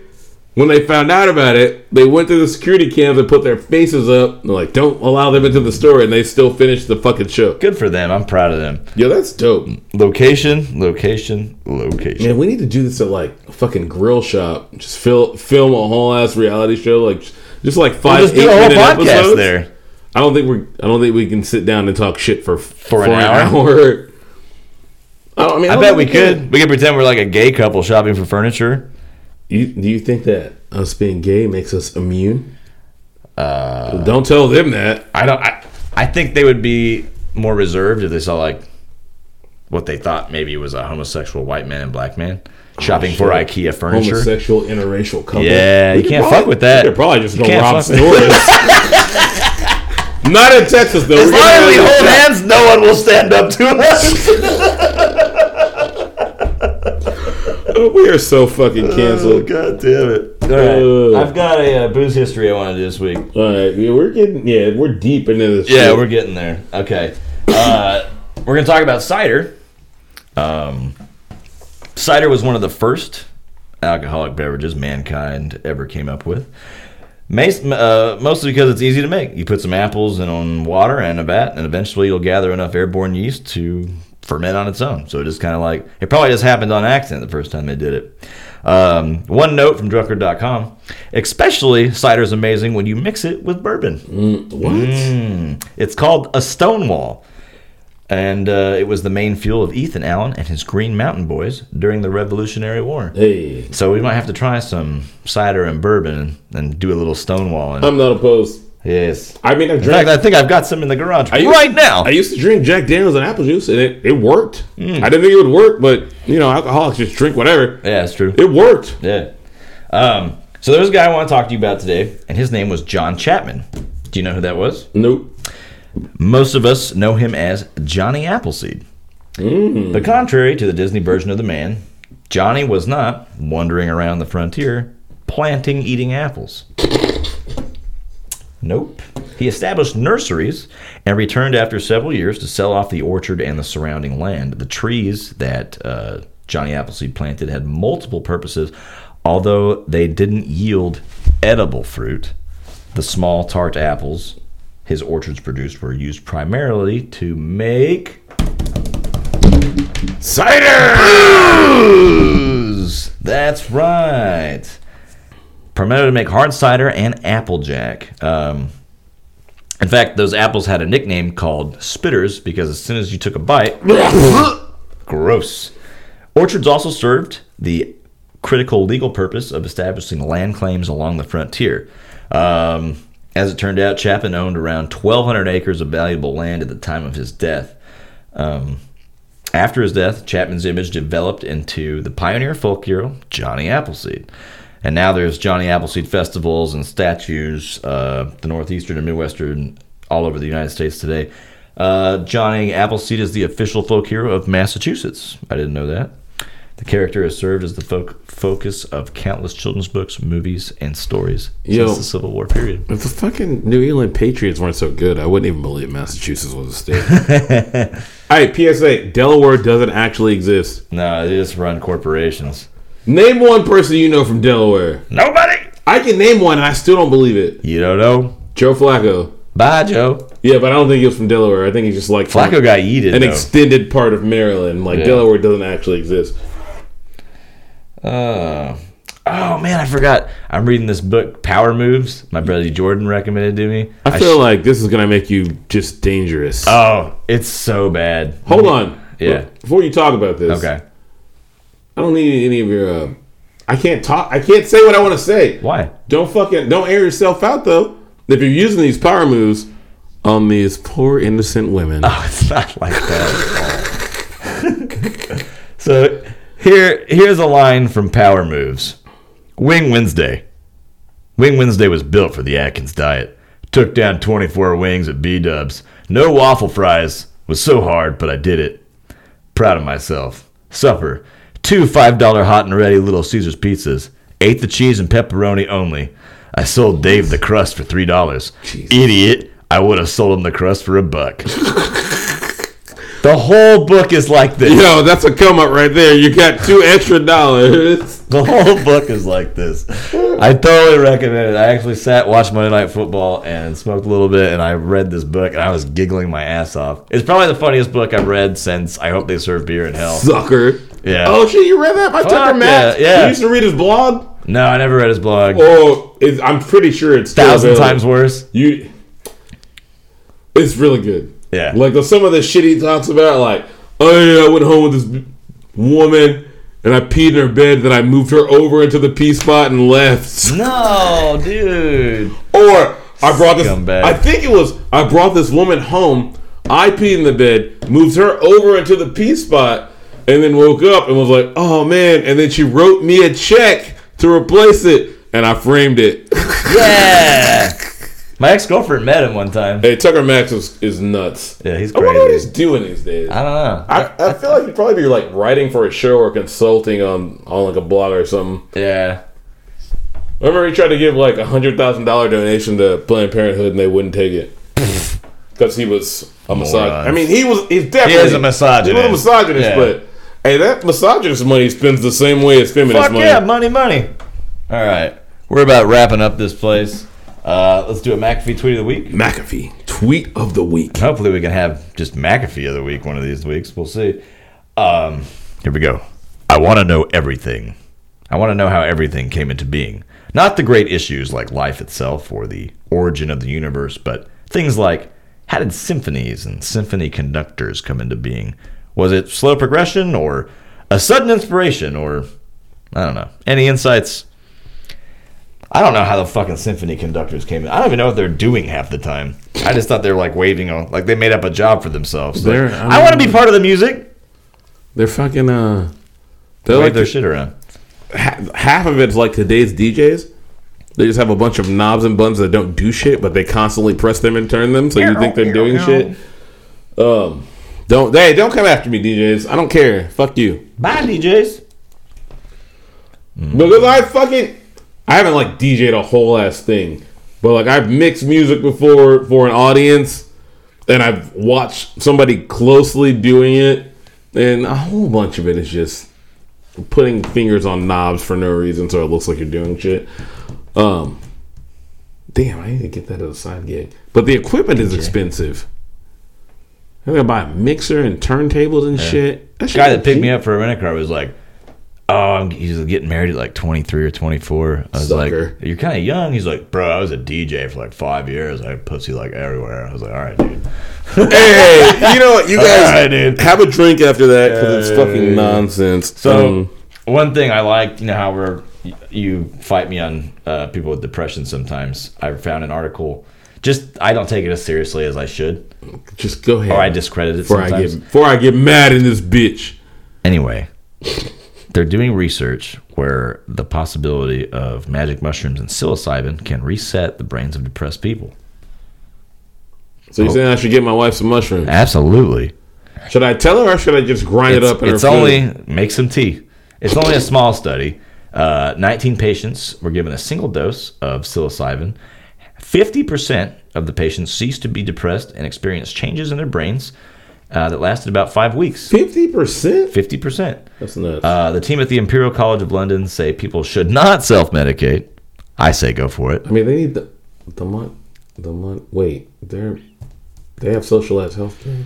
when they found out about it, they went to the security cams and put their faces up. And they're like, "Don't allow them into the store," and they still finished the fucking show. Good for them. I'm proud of them. Yo, that's dope. Location, location, location. Man, we need to do this at like a fucking grill shop. Just fill, film a whole ass reality show, like just like We'll five. just do a whole eight-minute podcast episodes. there. I don't think we're. I don't think we can sit down and talk shit for for, an hour? hour. I, don't, I mean, I don't bet think we could. We could pretend we're like a gay couple shopping for furniture. You, do you think that us being gay makes us immune? Uh, don't tell them that. I don't. I, I think they would be more reserved if they saw like what they thought maybe was a homosexual white man and black man shopping for IKEA furniture. Homosexual interracial couple. Yeah, We you could can't probably- fuck with that. we could probably just You go can't rob fuck with- stores. Not in Texas though. As We're long gonna as we have hold to- hands, no one will stand up to us. We are so fucking Uh, canceled. God damn it! Uh. I've got a uh, booze history I want to do this week. All right, yeah, we're getting yeah, we're deep into this. Yeah, shit. we're getting there. Okay. Uh, we're going to talk about cider. Um, cider was one of the first alcoholic beverages mankind ever came up with. Mas- uh, mostly because it's easy to make. You put some apples in on water and a vat, and eventually you'll gather enough airborne yeast to ferment on its own. So it just kind of like it probably just happened on accident the first time they did it. Um, one note from drunkard.com: especially cider is amazing when you mix it with bourbon. what? Mm. It's called a Stonewall. And uh, it was the main fuel of Ethan Allen and his Green Mountain Boys during the Revolutionary War. Hey, So we might have to try some cider and bourbon and do a little Stonewall. And, I'm not opposed. yes. I mean, I In drank. fact, I think I've got some in the garage I used- right now. I used to drink Jack Daniels and apple juice, and it, it worked. Mm. I didn't think it would work, but you know, alcoholics just drink whatever. yeah, it's true. It worked. Yeah. Um, so there's a guy I want to talk to you about today, and his name was John Chapman. Do you know who that was? Nope. Most of us know him as Johnny Appleseed. But contrary to the Disney version of the man, Johnny was not wandering around the frontier planting eating apples. Nope. He established nurseries and returned after several years to sell off the orchard and the surrounding land. The trees that uh, Johnny Appleseed planted had multiple purposes, although they didn't yield edible fruit. The small tart apples his orchards produced were used primarily to make booze. That's right. Permitted to make hard cider and applejack. Um, in fact, those apples had a nickname called spitters because as soon as you took a bite, gross. Orchards also served the critical legal purpose of establishing land claims along the frontier. Um, as it turned out, Chapin owned around 1,200 acres of valuable land at the time of his death. Um, after his death, Chapman's image developed into the pioneer folk hero Johnny Appleseed. And now there's Johnny Appleseed festivals and statues, uh, the Northeastern and Midwestern, all over the United States today. Uh, Johnny Appleseed is the official folk hero of Massachusetts. I didn't know that. The character has served as the folk- focus of countless children's books, movies, and stories Yo. since the Civil War period. If the fucking New England Patriots weren't so good, I wouldn't even believe Massachusetts was a state. All right, PSA: Delaware doesn't actually exist. No, they just run corporations. Name one person you know from Delaware. Nobody! I can name one, and I still don't believe it. You don't know? Joe Flacco. Bye, Joe. Yeah, but I don't think he was from Delaware. I think he's just like from Flacco got yeeted. an though. extended part of Maryland. Like Yeah. Delaware doesn't actually exist. Uh, oh man, I forgot. I'm reading this book, Power Moves. My brother Jordan recommended to me. I feel like this is gonna make you just dangerous. oh, it's so bad. Hold on. Yeah. Before you talk about this, Okay. I don't need any of your. Uh, I can't talk. I can't say what I want to say. Why? Don't fucking don't air yourself out though. If you're using these power moves on these poor innocent women, Oh, it's not like that. at all. so here, here's a line from Power Moves. Wing Wednesday. Wing Wednesday was built for the Atkins diet. Took down 24 wings at B Dubs. No waffle fries. Was so hard, but I did it. Proud of myself. Supper. Two $5 hot and ready Little Caesars pizzas. Ate the cheese and pepperoni only. I sold Dave the crust for $3. Idiot. I would have sold him the crust for a buck. the whole book is like this. yo, that's a come up right there. You got two extra dollars. The whole book is like this. I totally recommend it. I actually sat, watched Monday Night Football, and smoked a little bit, and I read this book, and I was giggling my ass off. It's probably the funniest book I've read since I Hope They Serve Beer in Hell. Sucker. Yeah. Oh shit, you read that by Tucker Max? yeah, yeah. You used to read his blog. No, I never read his blog. Oh, it's, I'm pretty sure it's still Thousand available. times worse. You, it's really good. Yeah. Like the, some of the shit he talks about, like, oh yeah, I went home with this b- woman and I peed in her bed, then I moved her over into the pee spot and left. No, dude. Or I brought this. Scumbag. I think it was I brought this woman home. I peed in the bed, moved her over into the pee spot, and then woke up and was like, "Oh man!" And then she wrote me a check to replace it, and I framed it. Yeah. My ex girlfriend met him one time. hey, Tucker Max is, is nuts. Yeah, he's I wonder what he's crazy. doing these days. I don't know. I, I feel like he'd probably be like writing for a show or consulting on on like a blog or something. Yeah. Remember, he tried to give like a hundred thousand dollar donation to Planned Parenthood, and they wouldn't take it because he was a misogynist. I mean, he was he's definitely a misogynist. He was a misogynist, Yeah. but hey, that misogynist money spends the same way as feminist Fuck money. yeah, money, money. All right, we're about wrapping up this place. Uh, let's do a McAfee tweet of the week. McAfee tweet of the week. Hopefully, we can have just McAfee of the week one of these weeks. We'll see. Um, here we go. I want to know everything. I want to know how everything came into being. Not the great issues like life itself or the origin of the universe, but things like how did symphonies and symphony conductors come into being? Was it slow progression or a sudden inspiration or I don't know. Any insights? I don't know how the fucking symphony conductors came in. I don't even know what they're doing half the time. I just thought they were like waving on, like they made up a job for themselves. Like, They're- um, I I, want to be part of the music. They're fucking uh, they're Wave like their the, shit around. ha- half of it's like today's DJs. They just have a bunch of knobs and buttons that don't do shit, but they constantly press them and turn them, so you think they're doing shit. Um, don't hey, don't come after me, DJs. I don't care. Fuck you. Bye, DJs. Because I fucking I haven't like DJ'd a whole ass thing. But like I've mixed music before for an audience and I've watched somebody closely doing it and a whole bunch of it is just putting fingers on knobs for no reason so it looks like you're doing shit. Um Damn, I need to get that as a side gig. But the equipment is expensive. I gotta buy a mixer and turntables and shit. That shit Guy that picked me up for a rental car was like, "Oh, I'm, he's getting married at like 23 or 24." I was Sucker. like, "You're kind of young." He's like, "Bro, I was a DJ for like five years. I had pussy like everywhere." I was like, "All right, dude." hey, you know what? You guys All right, dude. have a drink after that because it's fucking nonsense. So Um, one thing I liked, you know how we're y- you fight me on uh, people with depression sometimes. I found an article. Just I don't take it as seriously as I should, just go ahead. or oh, I discredit it before I sometimes. get before I get mad in this bitch. Anyway, they're doing research where the possibility of magic mushrooms and psilocybin can reset the brains of depressed people. So Oh. you're saying I should get my wife some mushrooms? Absolutely, Should I tell her or should I just grind it's, it up? in her it's food? only make some tea. It's only a small study. Uh, 19 patients were given a single dose of psilocybin. 50% of the patients ceased to be depressed and experienced changes in their brains uh, that lasted about five weeks. fifty percent. 50%. That's nuts. Uh, the team at the Imperial College of London say people should not self medicate. I say go for it. I mean, they need the the month the month. Wait, they're they have socialized health care.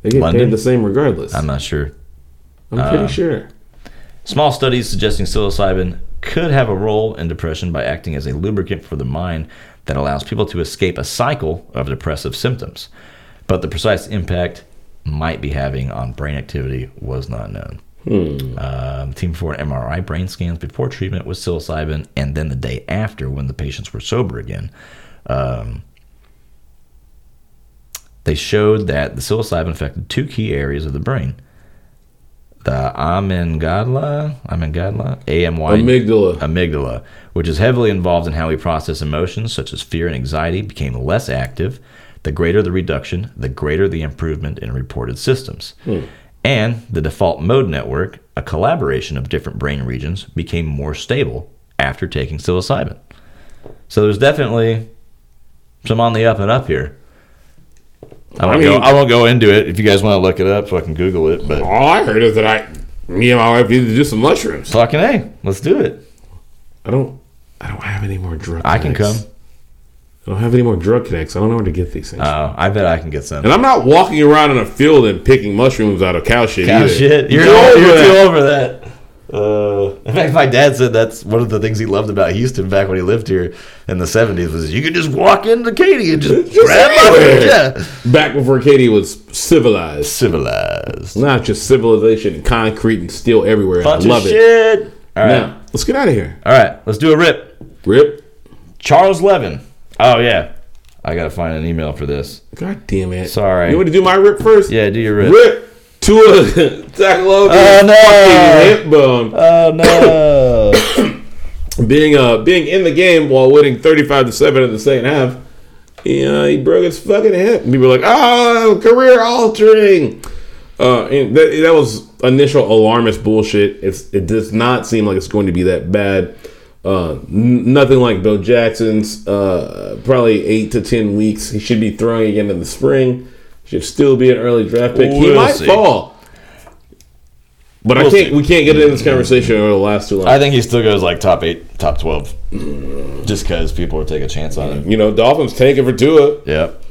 They get London? paid the same regardless. I'm I'm, not sure. uh, pretty sure. Small studies suggesting psilocybin could have a role in depression by acting as a lubricant for the mind that allows people to escape a cycle of depressive symptoms. But the precise impact might be having on brain activity was not known. Um, team performed MRI brain scans before treatment with psilocybin and then the day after when the patients were sober again. Um, they showed that the psilocybin affected two key areas of the brain. The amygdala, amygdala, A M Y Amygdala. amygdala, which is heavily involved in how we process emotions such as fear and anxiety, became less active. The greater the reduction, the greater the improvement in reported systems. Hmm. And the default mode network, a collaboration of different brain regions, became more stable after taking psilocybin. So there's definitely some on the up and up here. I won't, I mean- go, I won't go into it. If you guys want to look it up, fucking Google it. But All I heard is that I, me and my wife need to do some mushrooms. fucking hey, let's do it. I don't. I don't have any more drug. I can come. connects. I don't have any more drug connects. I don't know where to get these things. Uh, I bet I can get some. and I'm not walking around in a field and picking mushrooms out of cow shit. Cow either. shit. You're, Get all- over you're that. too over that. Uh, in fact, my dad said that's one of the things he loved about Houston back when he lived here in the '70s was you could just walk into Katy and just, Just grab anywhere. my yeah. Back before Katie was civilized. civilized. Not just civilization and concrete and steel everywhere. Bunch I love of it. shit. All right, Now let's get out of here. all right. Let's do a rip. Rip. Charles Levin. Oh yeah, I gotta find an email for this. God damn it. Sorry. You want to do my rip first? Yeah, do your wrist. Rip to a Tackleovian Oh, no. fucking hip bone. Oh no! being uh being in the game while winning 35 to 7 in the second half he, uh, he broke his fucking hip and people were like oh career altering uh and that, that was initial alarmist bullshit it's it does not seem like it's going to be that bad uh n- nothing like bill jackson's uh probably eight to ten weeks he should be throwing again in the spring should still be an early draft pick he We'll might see. fall but I We'll can't. see. We can't get into this conversation over the last two lines. I think he still goes like top eight, top twelve, just because people will take a chance on him. you know, Dolphins tanking for Tua. Yep.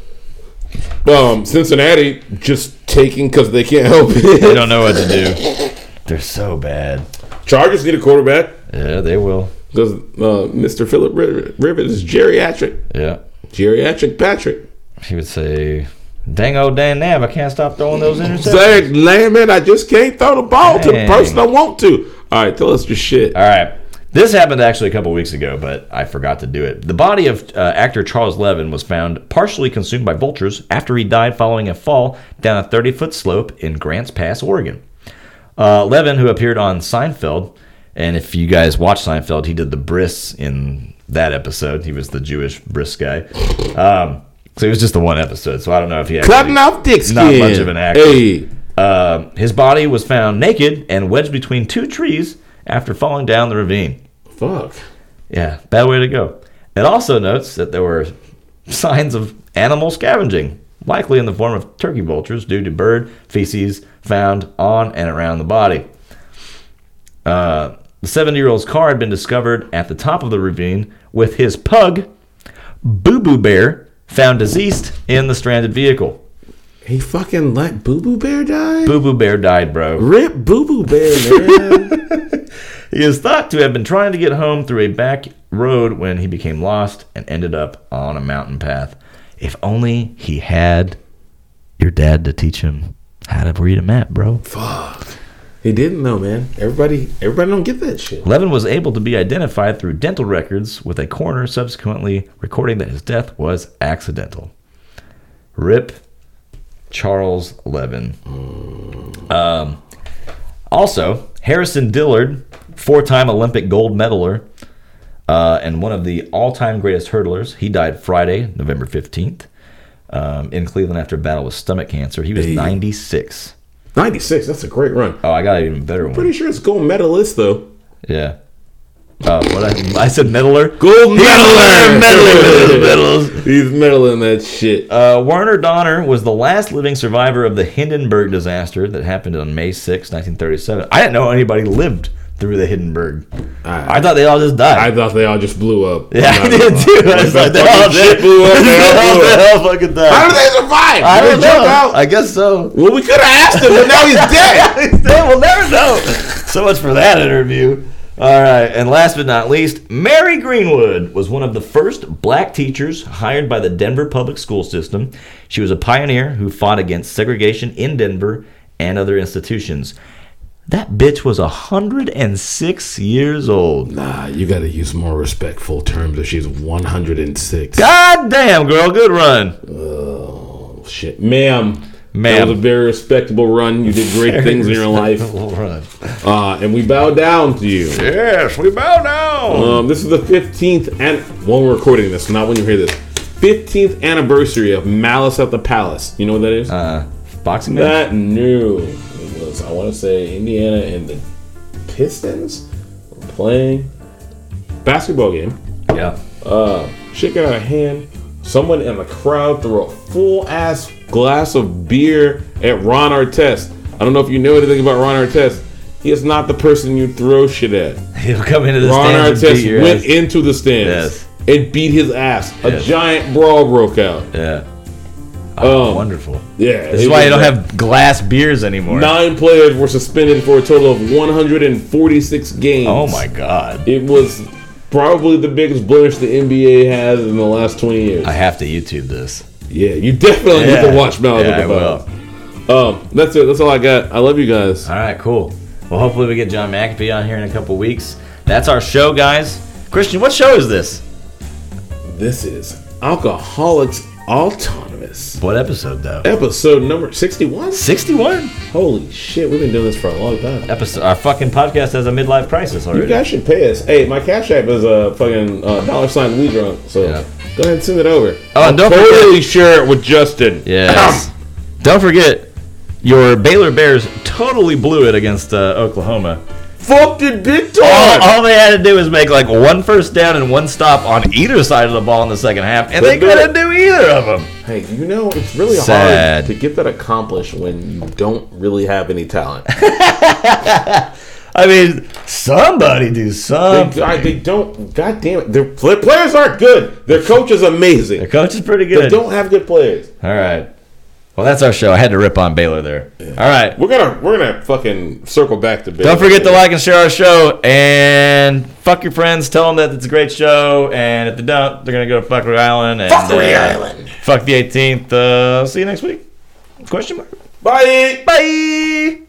Um, Cincinnati just taking because they can't help They it. don't know what to do. They're so bad. Chargers need a quarterback Yeah, they will. because uh, Mr. Philip Riv- Rivers is geriatric, Yeah. geriatric Patrick. He would say, "Dang old dang nab, I can't stop throwing those interceptions." Zach Lamon, I just can't throw the ball to the Dang. person I want to. All right, tell us your shit. All right. This happened actually a couple weeks ago, but I forgot to do it. The body of uh, actor Charles Levin was found partially consumed by vultures after he died following a fall down a 30 foot slope in Grants Pass, Oregon. Uh, Levin, who appeared on Seinfeld, and if you guys watch Seinfeld, he did the Briss in that episode. He was the Jewish Briss guy. Um, so he was just the one episode, so I don't know if he actually. Clapping off dick skin. Not much of an actor. Hey, Um, his body was found naked and wedged between two trees after falling down the ravine. fuck. Yeah, bad way to go. It also notes that there were signs of animal scavenging, likely in the form of turkey vultures due to bird feces found on and around the body. Uh, the 70 year old's car had been discovered at the top of the ravine with his pug, Boo Boo Bear, found deceased in the stranded vehicle. He fucking let Boo Boo Bear die. Boo Boo Bear died, bro. Rip Boo Boo Bear, man. He is thought to have been trying to get home through a back road when he became lost and ended up on a mountain path. If only he had your dad to teach him how to read a map, bro. fuck. He didn't though, man. Everybody, everybody don't get that shit. Levin was able to be identified through dental records, with a coroner subsequently recording that his death was accidental. Rip Charles Levin. Um, also, Harrison Dillard, four time Olympic gold medaler uh, and one of the all time greatest hurdlers, he died Friday, November 15th, um, in Cleveland after a battle with stomach cancer. He was 96. Ninety six. That's a great run. Oh, I got an even better one. Pretty sure it's gold medalist though. Yeah. Oh, what I, I said meddler? Gold medaler, meddling He's meddling that shit. Uh, Werner Donner was the last living survivor of the Hindenburg disaster that happened on May 6, 1937. I didn't know anybody lived through the Hindenburg. I, I- thought they all just I died. thought they all just blew up. yeah, I Not did gonna too. lie. I was That like, they all fucking shit did. blew up. They all blew up. They all fucking died. How did they survive? I Did don't they jump know. out? I guess so. Well, we could have asked him, but now he's dead. we'll never know. So much for that interview. All right, and last but not least, Mary Greenwood was one of the first black teachers hired by the Denver public school system. She was a pioneer who fought against segregation in Denver and other institutions. That bitch was 106 years old. Nah, you got to use more respectful terms if she's 106. God damn, girl, good run. Oh, shit. Ma'am. That Ma'am. was a very respectable run. You did great things in your life. Good run. Uh, and we bow down to you. Yes, we bow down. Um, this is the 15th, and when we're recording this, not when you hear this, 15th anniversary of Malice at the Palace. You know what that is? Uh, boxing match? That new it was I want to say Indiana and the Pistons were playing basketball game. Yeah. Shit got out of hand. Someone in the crowd threw a full ass glass of beer at Ron Artest. I don't know if you know anything about Ron Artest. He is not the person you throw shit at. He'll come into the Ron stands and beat Artest your went ass. into the stands Yes. and beat his ass. A Yes. giant brawl broke out. Yeah. Oh, Um, wonderful. Yeah, This is it why you was don't like- have glass beers anymore. Nine players were suspended for a total of 146 games. Oh my god. It was probably the biggest blemish the NBA has in the last 20 years. I have to YouTube this. yeah, you definitely need to watch Malice yeah, at I the will. Palace. Um, that's it. That's all I got. I love you guys. All right, cool. Well, hopefully we get John McAfee on here in a couple weeks. That's our show, guys. Christian, what show is this? This is Alcoholics Autonomous. What episode though? Episode number 61? Sixty-one. Holy shit, we've been doing this for a long time. Episode. Our fucking podcast has a midlife crisis You already. guys should pay us. Hey, my Cash App is a fucking uh, dollar sign we drunk, so Yeah. go ahead and send it over. oh, and don't forget. Totally share it with Justin. Yes. don't forget, your Baylor Bears totally blew it against uh, Oklahoma. Fuck the big time. All, all they had to do was make like one first down and one stop on either side of the ball in the second half, and they Couldn't do couldn't do either of them. Hey, you know, it's really hard Sad. to get that accomplished when you don't really have any talent. I mean, somebody do They, something. I- they don't. God damn it. Their, their players aren't good. Their coach is amazing. Their coach is pretty They good. All don't have good players. right. Well, that's our show. I had to rip on Baylor there. All right. We're gonna we're gonna fucking circle back to. Don't forget to like and share our show, and fuck your friends. Tell them that it's a great show, and if they don't, they're gonna go to fuck Rhode Island. And, fuck uh, Rhode Island. Fuck the 18th. Uh, see you next week. Question mark. Bye. Bye.